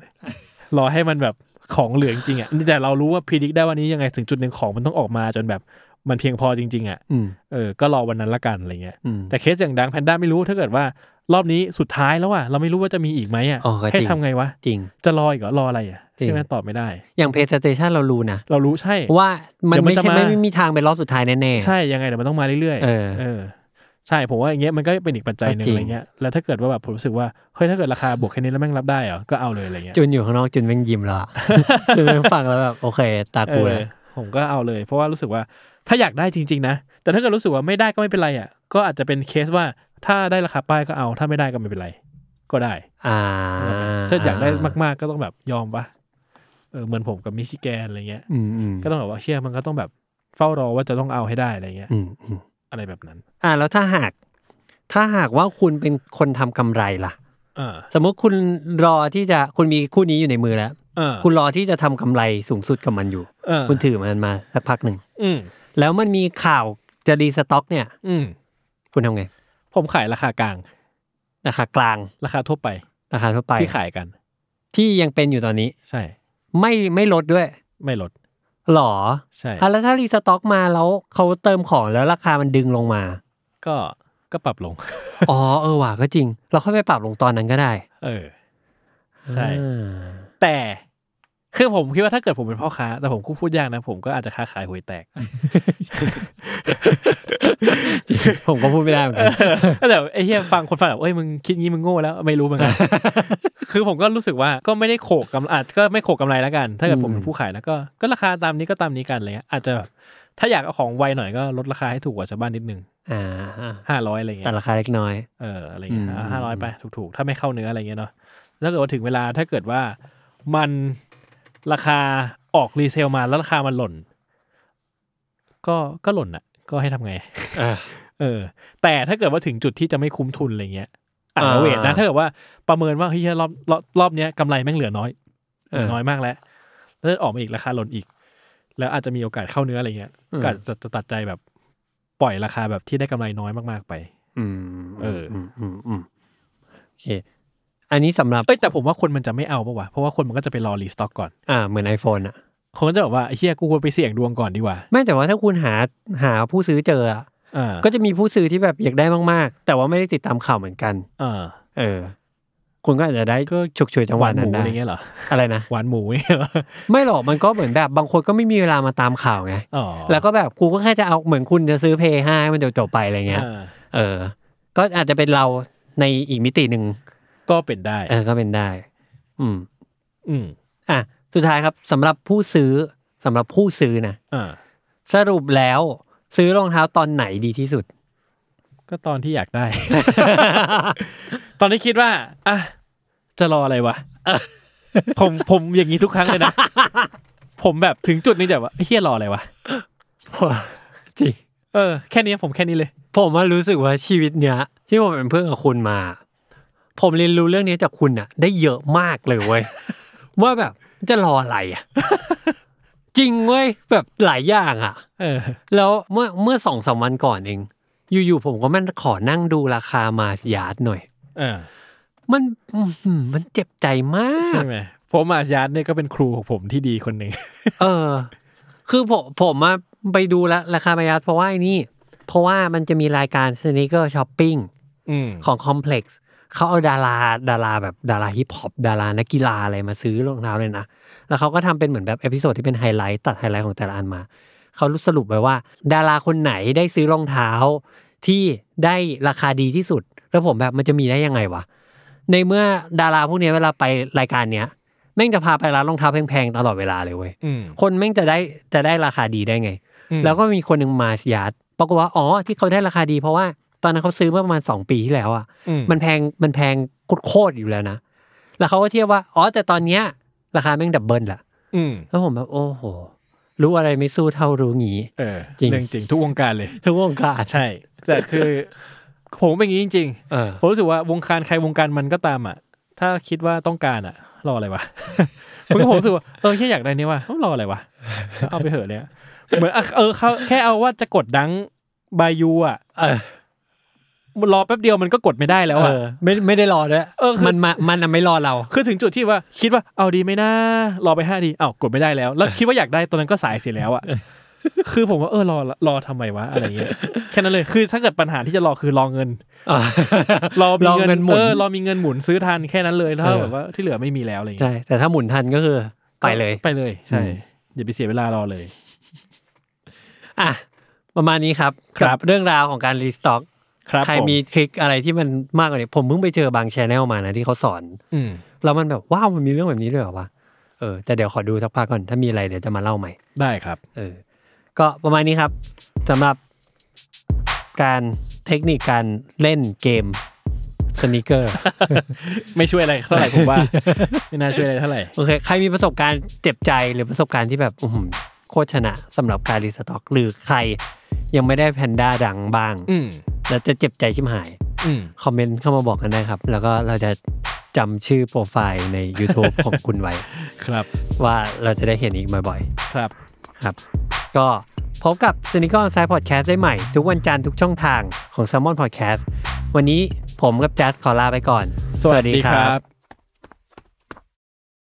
รอให้มันแบบของเหลือจริงๆอ่ะนี่แต่เรารู้ว่าพิจิกได้วันนี้ยังไงถึงจุดหนึ่งของมันต้องออกมาจนแบบมันเพียงพอจริงๆอ่ะ อืม เออก็รอวันนั้นละกันอะไรเงี้ย อืม แต่เคสอย่างดังแพนด้าไม่รู้ถ้าเกิดว่า รอบนี้สุดท้ายแล้วอ่ะเราไม่รู้ว่าจะมีอีกไหมอ่ะ อ๋อก็จริง ให้ทำไงวะ จริง จะรออีกเหรอรออะไรอ่ะ จริง ใช่ไหมตอบไม่ได้ อย่างเพย์สเตชันเรารู้นะ เรารู้ใช่ ว่ามัน เดี๋ยวมั ไม่ นจะ ใช่ มา ไม่มีทางเป็นรอบสุดท้ายแน่ๆ ใช่ยังไงเดี๋ยวมันต้องมาเรื่อย เออ เออ ใช่ผมว่าอย่างเงี้ยมันก็เป็นอีกปัจจัยหนึ่ง ก็จริง อะไรเงี้ยแล้วถ้าเกิดว่าแบบผมรู้สึกว่าเฮ้ยถ้าเกิดราคาบวกแค่นี้แล้วแม่งรับได้เหรอก็เอาเลยอะไรเงี้ย จุนอยู่ข้างนอกจุนแม่งยิ้มแล้วอะ จุนแม่งฟังแล้วแบบโอเค ตา เอ กู อ แล้ว ผมก็เอาเลย เพราะว่ารู้สึกว่าถ้าอยากได้จริง ๆ นะ แต่ถ้าเกิดรู้สึกว่าไม่ได้ก็ไม่เป็นไรอ่ะก็อาจจะเป็นเคสว่าถ้าได้ราคาป้ายก็เอา ถ้าไม่ได้ก็ไม่เป็นไร ก็ได้ อ่า ถ้าอยากได้มากๆก็ต้องแบบยอมปะเออเหมือนผมกับมิชิแกนอะไรเงี้ย อืมอืม ก็ต้องแบบว่าเชื่อมันก็ต้องแบบเฝ้ารอว่าจะต้องเอาให้ได้อะไรเงี้ย อืมอืม อะไรแบบนั้น อ่าแล้วถ้าหาก ถ้าหากว่าคุณเป็นคนทำกำไรล่ะ เออ สมมุติคุณรอที่จะคุณมีคู่นี้อยู่ในมือแล้ว เออ คุณรอที่จะทำกำไรสูงสุดกับมันอยู่ เออ คุณถือมันมาสักพักหนึ่ง อืม แล้วมันมีข่าวจะรีสต็อกเนี่ย อืม คุณทำไง ผมขายราคากลาง ราคากลาง ราคาทั่วไป ราคาทั่วไป ที่ขายกัน ที่ยังเป็นอยู่ตอนนี้ ใช่ ไม่ไม่ลดด้วย ไม่ลด หรอ ใช่ อ่ะแล้วถ้ารีสต็อกมาแล้วเขาเติมของแล้วราคามันดึงลงมา ก็ก็ปรับลง อ๋อเออว่ะก็จริง เราค่อยไปปรับลงตอนนั้นก็ได้ เออ ใช่ อ่า แต่คือผมคิดว่าถ้าเกิดผมเป็นพ่อค้า แต่ผมก็พูดยากนะ ผมก็อาจจะค้าขายหวยแต ก จริงผมก็พูดไม่ได้เหมือนกัน แต่ไอ้เฮียฟังคนฟังแบบเอ้ยมึงคิดงี้มึงโง่แล้วไม่รู้เหมือน กัน คือผมก็รู้สึกว่าก็ไม่ได้โขกกำอาจก็ไม่โขกกำไรแล้วกัน ถ้าเกิดผมเป็ อื น ม ผู้ขายนะก็ก็ราคาตามนี้ก็ตามนี้กันอะไรเลยอาจจะแบบถ้าอยากเอาของไวหน่อยก็ลดราคาให้ถูกกว่าชาวบ้านนิดนึง อ่า ห้าร้อยอะไรเงี้ แต่ ย ราคาเล็กน้อย เอออะไรเงี้ย อืม ห้าร้อยไปถูกๆ ถ้าไม่เข้าเนื้ออะไรเงี้ยเนาะถ้าเกิดว่าถึงเวลาถ้าเกิดว่ามันราคาออกรีเซลมาแล้วราคามันหล่น ก็ก็หล่นอ่ะ ก็ให้ทำไง เออแต่ถ้าเกิดว่าถึงจุดที่จะไม่คุ้มทุนอะไรเงี้ยอ่า อ่า เวทนะถ้าเกิดว่าประเมินว่าเฮ้ยรอบรอบรอบเนี้ยกำไรแม่งเหลือน้อยเหลือน้อยมากแล้วแล้วออกมาอีกราคาหล่นอีก แล้วอาจจะมีโอกาสเข้าเนื้ออะไรเงี้ยก็อาจจะจะตัดใจแบบปล่อยราคาแบบที่ได้กำไรน้อยมากๆไป อืม เอออื มอืมอืมโอเค อันนี้สำหรับ เอ้ยแต่ผมว่าคนมันจะไม่เอาปะวะเพราะว่าคนมันก็จะไปรอรีสต็อกก่อน อ่าเหมือน iPhone อ่ะ คนก็จะบอกว่าไอ้เฮียกูควรไปเสี่ยงดวงก่อนดีกว่า ไม่แต่ว่าถ้าคุณหาหาผู้ซื้อเจออะ อ่า ก็จะมีผู้ซื้อที่แบบอยากได้มากๆ แต่ว่าไม่ได้ติดตามข่าวเหมือนกัน อ่า เออ คุณก็อาจจะได้ก็ฉุกฉวยจังห ห วะ วานห นั้ มู นได้ อะไรเงี้ยเหรอ อะไรนะ หวานหมูเนี่ยเหรอ ไม่หรอกมันก็เหมือนแบบบางคนก็ไม่มีเวลามาตามข่าวไง อ๋อ แล้วก็แบบกูก็แค่จะเอาเหมือนคุณจะซื้อเพย์ห้ามันจบๆไปอะไรเงี้ย อ่า เออ ก็อาจจะเป็นเราในอีกมิติหนึ่ง ก็เป็นได้ เออก็เป็นได้ อืม อืม อ่ะสุดท้ายครับสำหรับผู้ซื้อสำหรับผู้ซื้อนะ อ่า สรุปแล้วซื้อรองเท้าตอนไหนดีที่สุด ก็ตอนที่อยากได้ ตอนนี้คิดว่า อ่ะ จะรออะไรวะ ผมผมอย่างนี้ทุกครั้งเลยนะ ผมแบบถึงจุดนี้แบบว่าไอ้เฮียรออะไรวะ จริง เออ แค่นี้ผมแค่นี้เลย ผมว่ารู้สึกว่าชีวิตเนี้ย ที่ผมเป็นเพื่อนกับคุณมา ผมเรียนรู้เรื่องนี้จากคุณอะได้เยอะมากเลยเว้ย ว่าแบบจะรออะไรอะ จริงเว้ยแบบหลายอย่างอะ เออ แล้วเมื่อเมื่อสองสามวันก่อนเอง อยู่ๆผมก็มันขอนั่งดูราคามาสยาร์ดหน่อย เออ มันอื้อหือมันเจ็บใจมา ใช่ ก ไหมผมอาชญาร์ดเนี่ยก็เป็นครูของผมที่ดีคนหนึ่ง เออ คือผมผมอะไปดูละราคาไบอัสเพราะว่าไอ้นี่ เพราะว่ามันจะมีรายการสน e เกอร์ช้อปปิ้ง อืม ของคอมเพล็กซ์เขาเอาดาราดาราแบบดาราฮิปฮอปดารานักกีฬาอะไรมาซื้อรองเท้าเลยนะ แล้วเขาก็ทำเป็นเหมือนแบบเอพิโซดที่เป็นไฮไลท์ตัดไฮไลท์ของแต่ละอันมา เขาสรุปไว้ว่า ดาราคนไหนได้ซื้อรองเท้าที่ได้ราคาดีที่สุด แล้วผมแบบมันจะมีได้ยังไงวะ ในเมื่อดาราพวกเนี้ยเวลาไปรายการเนี้ยแม่งจะพาไปร้านรองเท้าแพงๆตลอดเวลาเลยเว้ย อืม คนแม่งจะได้จะได้ราคาดีได้ไง อืม แล้วก็มีคนหนึ่งมาสยาดปรากฏว่า อ๋อ ที่เขาได้ราคาดีเพราะว่าตอนนั้นเขาซื้อเมื่อประมาณสองปีที่แล้วอ่ะ อื มันแพงมันแพงโคตรๆอยู่แล้วนะ แล้วเขาก็เทียบว่า อ๋อ แต่ตอนเนี้ย ราคาแม่งดับเบิลละ อืม แล้วผมแบบ โอ้โห รู้อะไรไม่สู้เท่ารู้งี้ เออ จริง เรื่องจริงทุกวงการเลย ทั้งวงการ ใช่ แต่คือ ผมเป็นอย่างนี้จริง เออ ๆผมรู้สึกว่าวงการใครวงการมันก็ตามอ่ะ ถ้าคิดว่าต้องการอ่ะ รออะไร วะ ผมก็ผมรู้สึกว่าเออแค่อยากได้นี่ว่ะเอ้ารออะไรวะเอาไปเถอะเนี่ย เหมือนอ่ะเออเขาแค่เอาว่าจะกดดังบายูอ่ะ เออ รอแป๊บเดียวมันก็กดไม่ได้แล้วอ่ะ เออไม่ไม่ได้รอด้วย เออคือ มันมามันน่ะไม่รอเรา คือถึงจุดที่ว่าคิดว่าเอาดีไหมนะรอไปห้าดีอ้าวกดไม่ได้แล้ว แล้วคิดว่าอยากได้ตอนนั้นก็สายเสียแล้วอะคือผมว่าเออรอรอทำไมวะอะไรเงี้ยแค่นั้นเลยคือถ้าเกิดปัญหาที่จะรอคือรอเงิน รอมี รอเงิ เงิ น น หมุน เออรอมีเงินหมุนซื้อทันแค่นั้นเลยถ้า เออ แบบว่าที่เหลือไม่มีแล้วอะไรเงี้ย ใช่ แต่ถ้าหมุนทันก็คือไปเลย ไปเลย ใช่ อืม อย่าไปเสียเวลารอเลย อ่ะ ประมาณนี้ครับ ครับ กัเรื่องราวของการรีสต็อก ครับ ใคร ผ มีทริคอะไรที่มันมากกว่านี้ ผมเพิ่งไปเจอบางชแนลมานะที่เขาสอน อืม แล้วมันแบบว้าวมันมีเรื่องแบบนี้ด้วยเหรอวะเออแต่เดี๋ยวขอดูสักพักก่อน ถ้ามีอะไรเดี๋ยวจะมาเล่าใหม่ ได้ครับ เออ ก็ประมาณนี้ครับสำหรับการเทคนิคการเล่นเกมสน e เกอ ร์ ไม่ช่วยอะไรเท่าไหร่ ผมว่า ไม่น่าช่วยอะไรเท่าไหร่ โอเค ใครมีประสบการณ์เจ็บใจหรือประสบการณ์ที่แบบอื้อหือโคตรชนะสำหรับการรีสต็อก หรือใครยังไม่ได้แพนด้าดังบ้าง อืม แล้วจะเจ็บใจชิมหาย อืม คอมเมนต์เข้ามาบอกกันได้ครับ แล้วก็เราจะจำชื่อโปรไฟล์ใน YouTube ของคุณไว้ ครับ ว่าเราจะได้เห็นอีกบ่อย ครับ ๆครับ ก็พบกับ s n e a k e r Side Podcast ได้ใหม่ ทุกวันจันทร์ทุกช่องทางของ s a l m o n Podcast วันนี้ผมกับจัสขอลาไปก่อน บ